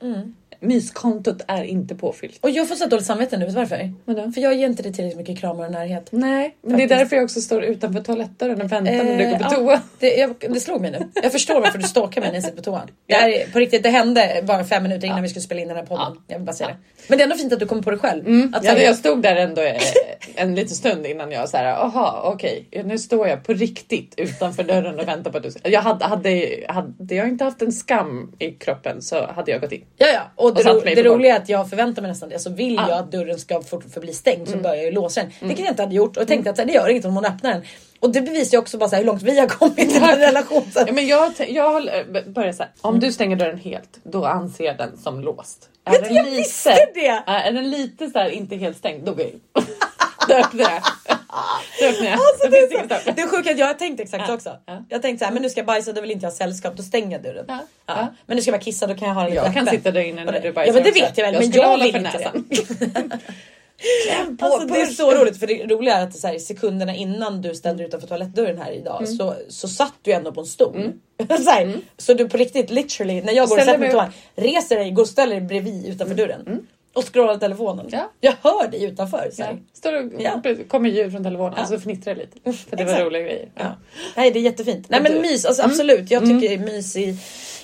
Speaker 2: Myskontot är inte påfyllt.
Speaker 1: Och jag får så dåligt samvete nu, vet du varför?
Speaker 2: Vadå?
Speaker 1: För jag ger inte dig tillräckligt mycket kramar och närhet.
Speaker 2: Nej, men det
Speaker 1: Faktiskt.
Speaker 2: är därför jag också står utanför toalettdörren och väntar när du
Speaker 1: Eh,
Speaker 2: går på
Speaker 1: ja.
Speaker 2: toa.
Speaker 1: Det, jag, det slog mig nu. Jag förstår varför du stalkar mig när jag sitter på toan. Det här är på riktigt, det hände bara fem minuter innan vi skulle spela in den här podden. Jag vill bara säga det. Men det är ändå fint att du kommer på det själv. att, så
Speaker 2: Mm. Ja,
Speaker 1: här,
Speaker 2: men jag stod där ändå eh, en liten stund innan jag så här, aha, okej, nu står jag på riktigt utanför dörren och väntar på att du... Jag hade, hade, hade jag inte haft en skam i kroppen så hade jag gått in.
Speaker 1: ja, ja. Och det,
Speaker 2: satt
Speaker 1: ro,
Speaker 2: mig
Speaker 1: det
Speaker 2: på golvet.
Speaker 1: roliga är att jag förväntar mig nästan det. Så vill
Speaker 2: Ah.
Speaker 1: jag att dörren ska fort förbli stängd
Speaker 2: Mm.
Speaker 1: så börjar jag ju låsa den. Vilket jag inte hade gjort och tänkte att så här, det gör inget om hon öppnar den. Och det bevisar ju också bara så här, hur långt vi har kommit i den här relationen.
Speaker 2: Ja, men jag, t- jag håller- eh, b- börjar så här, om du stänger dörren helt, då anser jag den som låst. Är
Speaker 1: Jag, jag visste det!
Speaker 2: Ja, är den lite så här inte helt stängd, då går jag in. Då öppnar jag. Då öppnar jag.
Speaker 1: Alltså,
Speaker 2: Då
Speaker 1: det,
Speaker 2: finns
Speaker 1: är
Speaker 2: inget
Speaker 1: så,
Speaker 2: stopp.
Speaker 1: det är sjukt att jag har tänkt exakt så också.
Speaker 2: ja.
Speaker 1: Jag tänkte så här, men nu ska jag bajsa, då vill inte jag ha sällskap, då stänger jag dörren.
Speaker 2: Ja,
Speaker 1: Ja.
Speaker 2: ja.
Speaker 1: Men nu ska jag bara kissa, då kan jag ha den lite
Speaker 2: Jag kan
Speaker 1: öppen.
Speaker 2: sitta där inne när du bajsar
Speaker 1: Ja men det
Speaker 2: också.
Speaker 1: vet jag väl, men
Speaker 2: skulle
Speaker 1: jag
Speaker 2: hålla
Speaker 1: vill
Speaker 2: för
Speaker 1: inte det.
Speaker 2: näsan. Kläm på
Speaker 1: Alltså, det är
Speaker 2: puss.
Speaker 1: så roligt för det roliga är att så här, sekunderna innan du ställde dig utanför toalettdörren här idag så, så satt du ändå på en stol. så, här, så du på riktigt literally när jag går Mm. och
Speaker 2: Ställer
Speaker 1: sätter mig Mm. på
Speaker 2: mig
Speaker 1: toan reser dig, går och ställer dig bredvid utanför dörren och scrollar telefonen.
Speaker 2: Ja.
Speaker 1: Jag hör dig utanför. Så här.
Speaker 2: Ja. Står och,
Speaker 1: Ja.
Speaker 2: precis, kommer ljud från telefonen och så fnittrar jag lite. För det var
Speaker 1: Exakt.
Speaker 2: roliga grejer.
Speaker 1: Ja. Nej det är jättefint. Nej
Speaker 2: Men
Speaker 1: men
Speaker 2: du-
Speaker 1: mys, alltså, absolut. Jag tycker mys, är,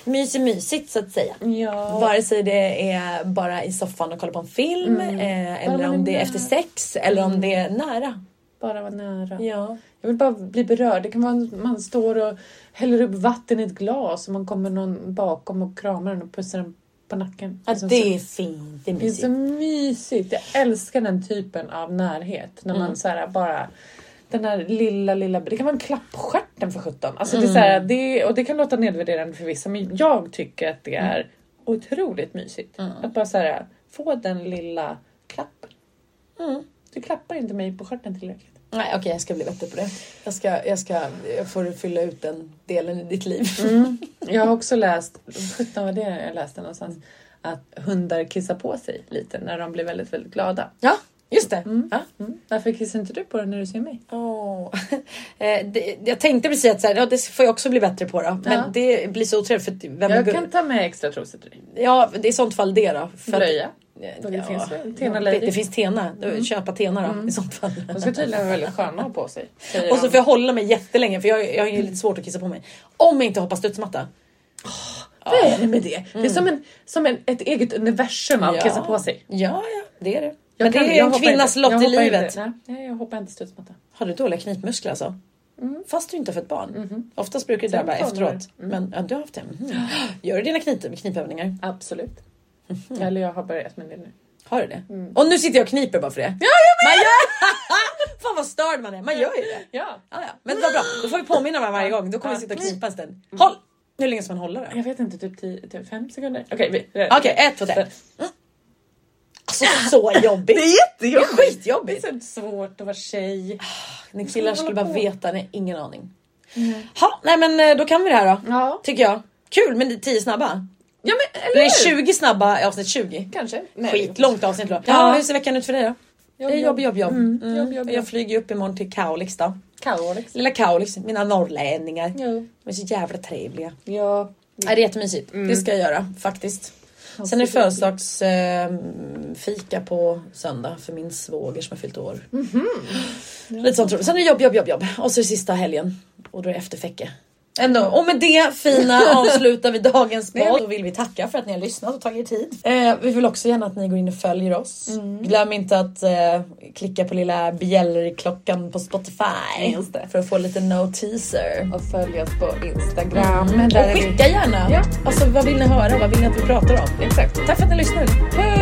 Speaker 1: mys är mysigt så att säga.
Speaker 2: Ja.
Speaker 1: Vare sig det är bara i soffan och kolla på en film eh, eller
Speaker 2: Bara
Speaker 1: om det är Mm.
Speaker 2: nära.
Speaker 1: efter sex eller om det är nära.
Speaker 2: Bara vara nära.
Speaker 1: Ja.
Speaker 2: Jag vill bara bli berörd. Det kan vara att man står och häller upp vatten i ett glas och man kommer någon bakom och kramar den och pussar den på nacken.
Speaker 1: Ja,
Speaker 2: Alltså,
Speaker 1: det är fint. Det är
Speaker 2: Det är så
Speaker 1: mysigt. Mm.
Speaker 2: mysigt. Jag älskar den typen av närhet. När man så här bara... Den här lilla, lilla... Det kan vara en klappstjärten för sjutton. Alltså det, är så
Speaker 1: Mm.
Speaker 2: här, det, och det kan låta nedvärderande för vissa men jag tycker att det är otroligt mysigt.
Speaker 1: Mm.
Speaker 2: Att bara så här, få den lilla klappen.
Speaker 1: Mm.
Speaker 2: Du klappar inte mig på stjärten tillräckligt.
Speaker 1: Nej okej jag ska bli bättre på det. Jag ska, jag ska jag får fylla ut den delen i ditt liv.
Speaker 2: Mm. Jag har också läst, 17 var det jag läste någonstans, att hundar kissar på sig lite när de blir väldigt, väldigt glada.
Speaker 1: Ja just det. Ja.
Speaker 2: Mm. Varför kissar inte du på den när du ser mig?
Speaker 1: Åh. Eh, det, jag tänkte precis att så här, ja, det får jag också bli bättre på då. Men
Speaker 2: Ja.
Speaker 1: det blir så otrevligt för att vem är
Speaker 2: Jag
Speaker 1: gu-
Speaker 2: kan ta med extra trosor till dig.
Speaker 1: Ja det är i sånt fall det då. För att-
Speaker 2: Blöja.
Speaker 1: Eh,
Speaker 2: Och det finns väl Tena
Speaker 1: Ja,
Speaker 2: Lady?
Speaker 1: Det finns Tena. Då, Köpa Tena då i sånt fall.
Speaker 2: De ska tydligen vara väldigt sköna att ha på sig. säger
Speaker 1: Och så
Speaker 2: de.
Speaker 1: får jag hålla mig jättelänge för jag, jag har ju lite svårt att kissa på mig. Om jag inte hoppar studsmatta.
Speaker 2: Vad är det med det? Det är som, en, som en, ett eget universum av
Speaker 1: Ja.
Speaker 2: kissa på sig.
Speaker 1: Ja, ja det är det.
Speaker 2: Jag
Speaker 1: Men
Speaker 2: kan-
Speaker 1: det
Speaker 2: jag
Speaker 1: är en
Speaker 2: hoppar
Speaker 1: kvinnas
Speaker 2: inte-
Speaker 1: lott
Speaker 2: jag
Speaker 1: i
Speaker 2: hoppar
Speaker 1: livet.
Speaker 2: Inte, nej, jag hoppar inte studsmatta.
Speaker 1: Har du dåliga knipmuskler alltså? Fast du inte har fått barn. Oftast brukar det
Speaker 2: Sen
Speaker 1: drabba
Speaker 2: kommer-
Speaker 1: efteråt. Men ja, du har haft det. Mhm. Gör du dina knip, knipövningar?
Speaker 2: Absolut. Eller jag har börjat med det nu.
Speaker 1: Har du det? Och nu sitter jag och kniper bara för det. Ja, jag vet! Gör... Fan vad störd man är. Man gör ju det.
Speaker 2: Ja.
Speaker 1: Ja, ja. Men det var bra. Då får vi påminna varandra varje gång. Då kommer vi sitta och knipa en stund. Håll! Hur länge ska man hålla det?
Speaker 2: Jag vet inte, typ 10, typ fem sekunder? Okej, vi...
Speaker 1: Okej, ett, två, tre. Mm. Alltså så jobbigt.
Speaker 2: Det är jättejobbigt.
Speaker 1: Det är
Speaker 2: Det är
Speaker 1: skitjobbigt.
Speaker 2: så svårt att vara tjej.
Speaker 1: Ni killar skulle bara veta, ni har ingen aning.
Speaker 2: Nej.
Speaker 1: Ha, nej men eh, då kan vi det här då.
Speaker 2: Ja.
Speaker 1: Tycker jag. Kul med 10 snabba.
Speaker 2: Ja men eller
Speaker 1: Nej
Speaker 2: hur?
Speaker 1: 20 snabba i avsnitt 20.
Speaker 2: Kanske. Nej.
Speaker 1: Skitlångt avsnitt då. Ja.
Speaker 2: Ja.
Speaker 1: Hur ser veckan ut för dig då?
Speaker 2: Jobb,
Speaker 1: Det är jobb,
Speaker 2: jobb,
Speaker 1: jobb, jobb.
Speaker 2: Mm.
Speaker 1: Mm.
Speaker 2: Jobb, jobb, jobb.
Speaker 1: Jag flyger ju upp imorgon till Kaulis då.
Speaker 2: Kaolix.
Speaker 1: Lilla Kaulis, mina norrlänningar.
Speaker 2: Jo.
Speaker 1: De är så jävla trevliga.
Speaker 2: Ja.
Speaker 1: Nej, det är jättemysigt. Det ska jag göra faktiskt. Sen är det födelsedagsfika på söndag för min svåger som har fyllt år. Lite sånt roligt. Sen är det jobb, jobb, jobb, jobb. Och så är det sista helgen. Och då är det efterfäcke. Ändå. Och med det fina avslutar vi dagens podd. Då vill vi tacka för att ni har lyssnat och tagit er tid. Eh, vi vill också gärna att ni går in och följer oss. Glöm inte att eh, klicka på lilla bjällrklockan på Spotify.
Speaker 2: Just det.
Speaker 1: För att få lite notiser.
Speaker 2: Och följ oss på Instagram.
Speaker 1: Och
Speaker 2: Där är vi.
Speaker 1: skicka gärna.
Speaker 2: Ja.
Speaker 1: Alltså vad vill ni höra? Vad vill ni att vi pratar om?
Speaker 2: Exakt.
Speaker 1: Tack för att ni lyssnade.
Speaker 2: Hej!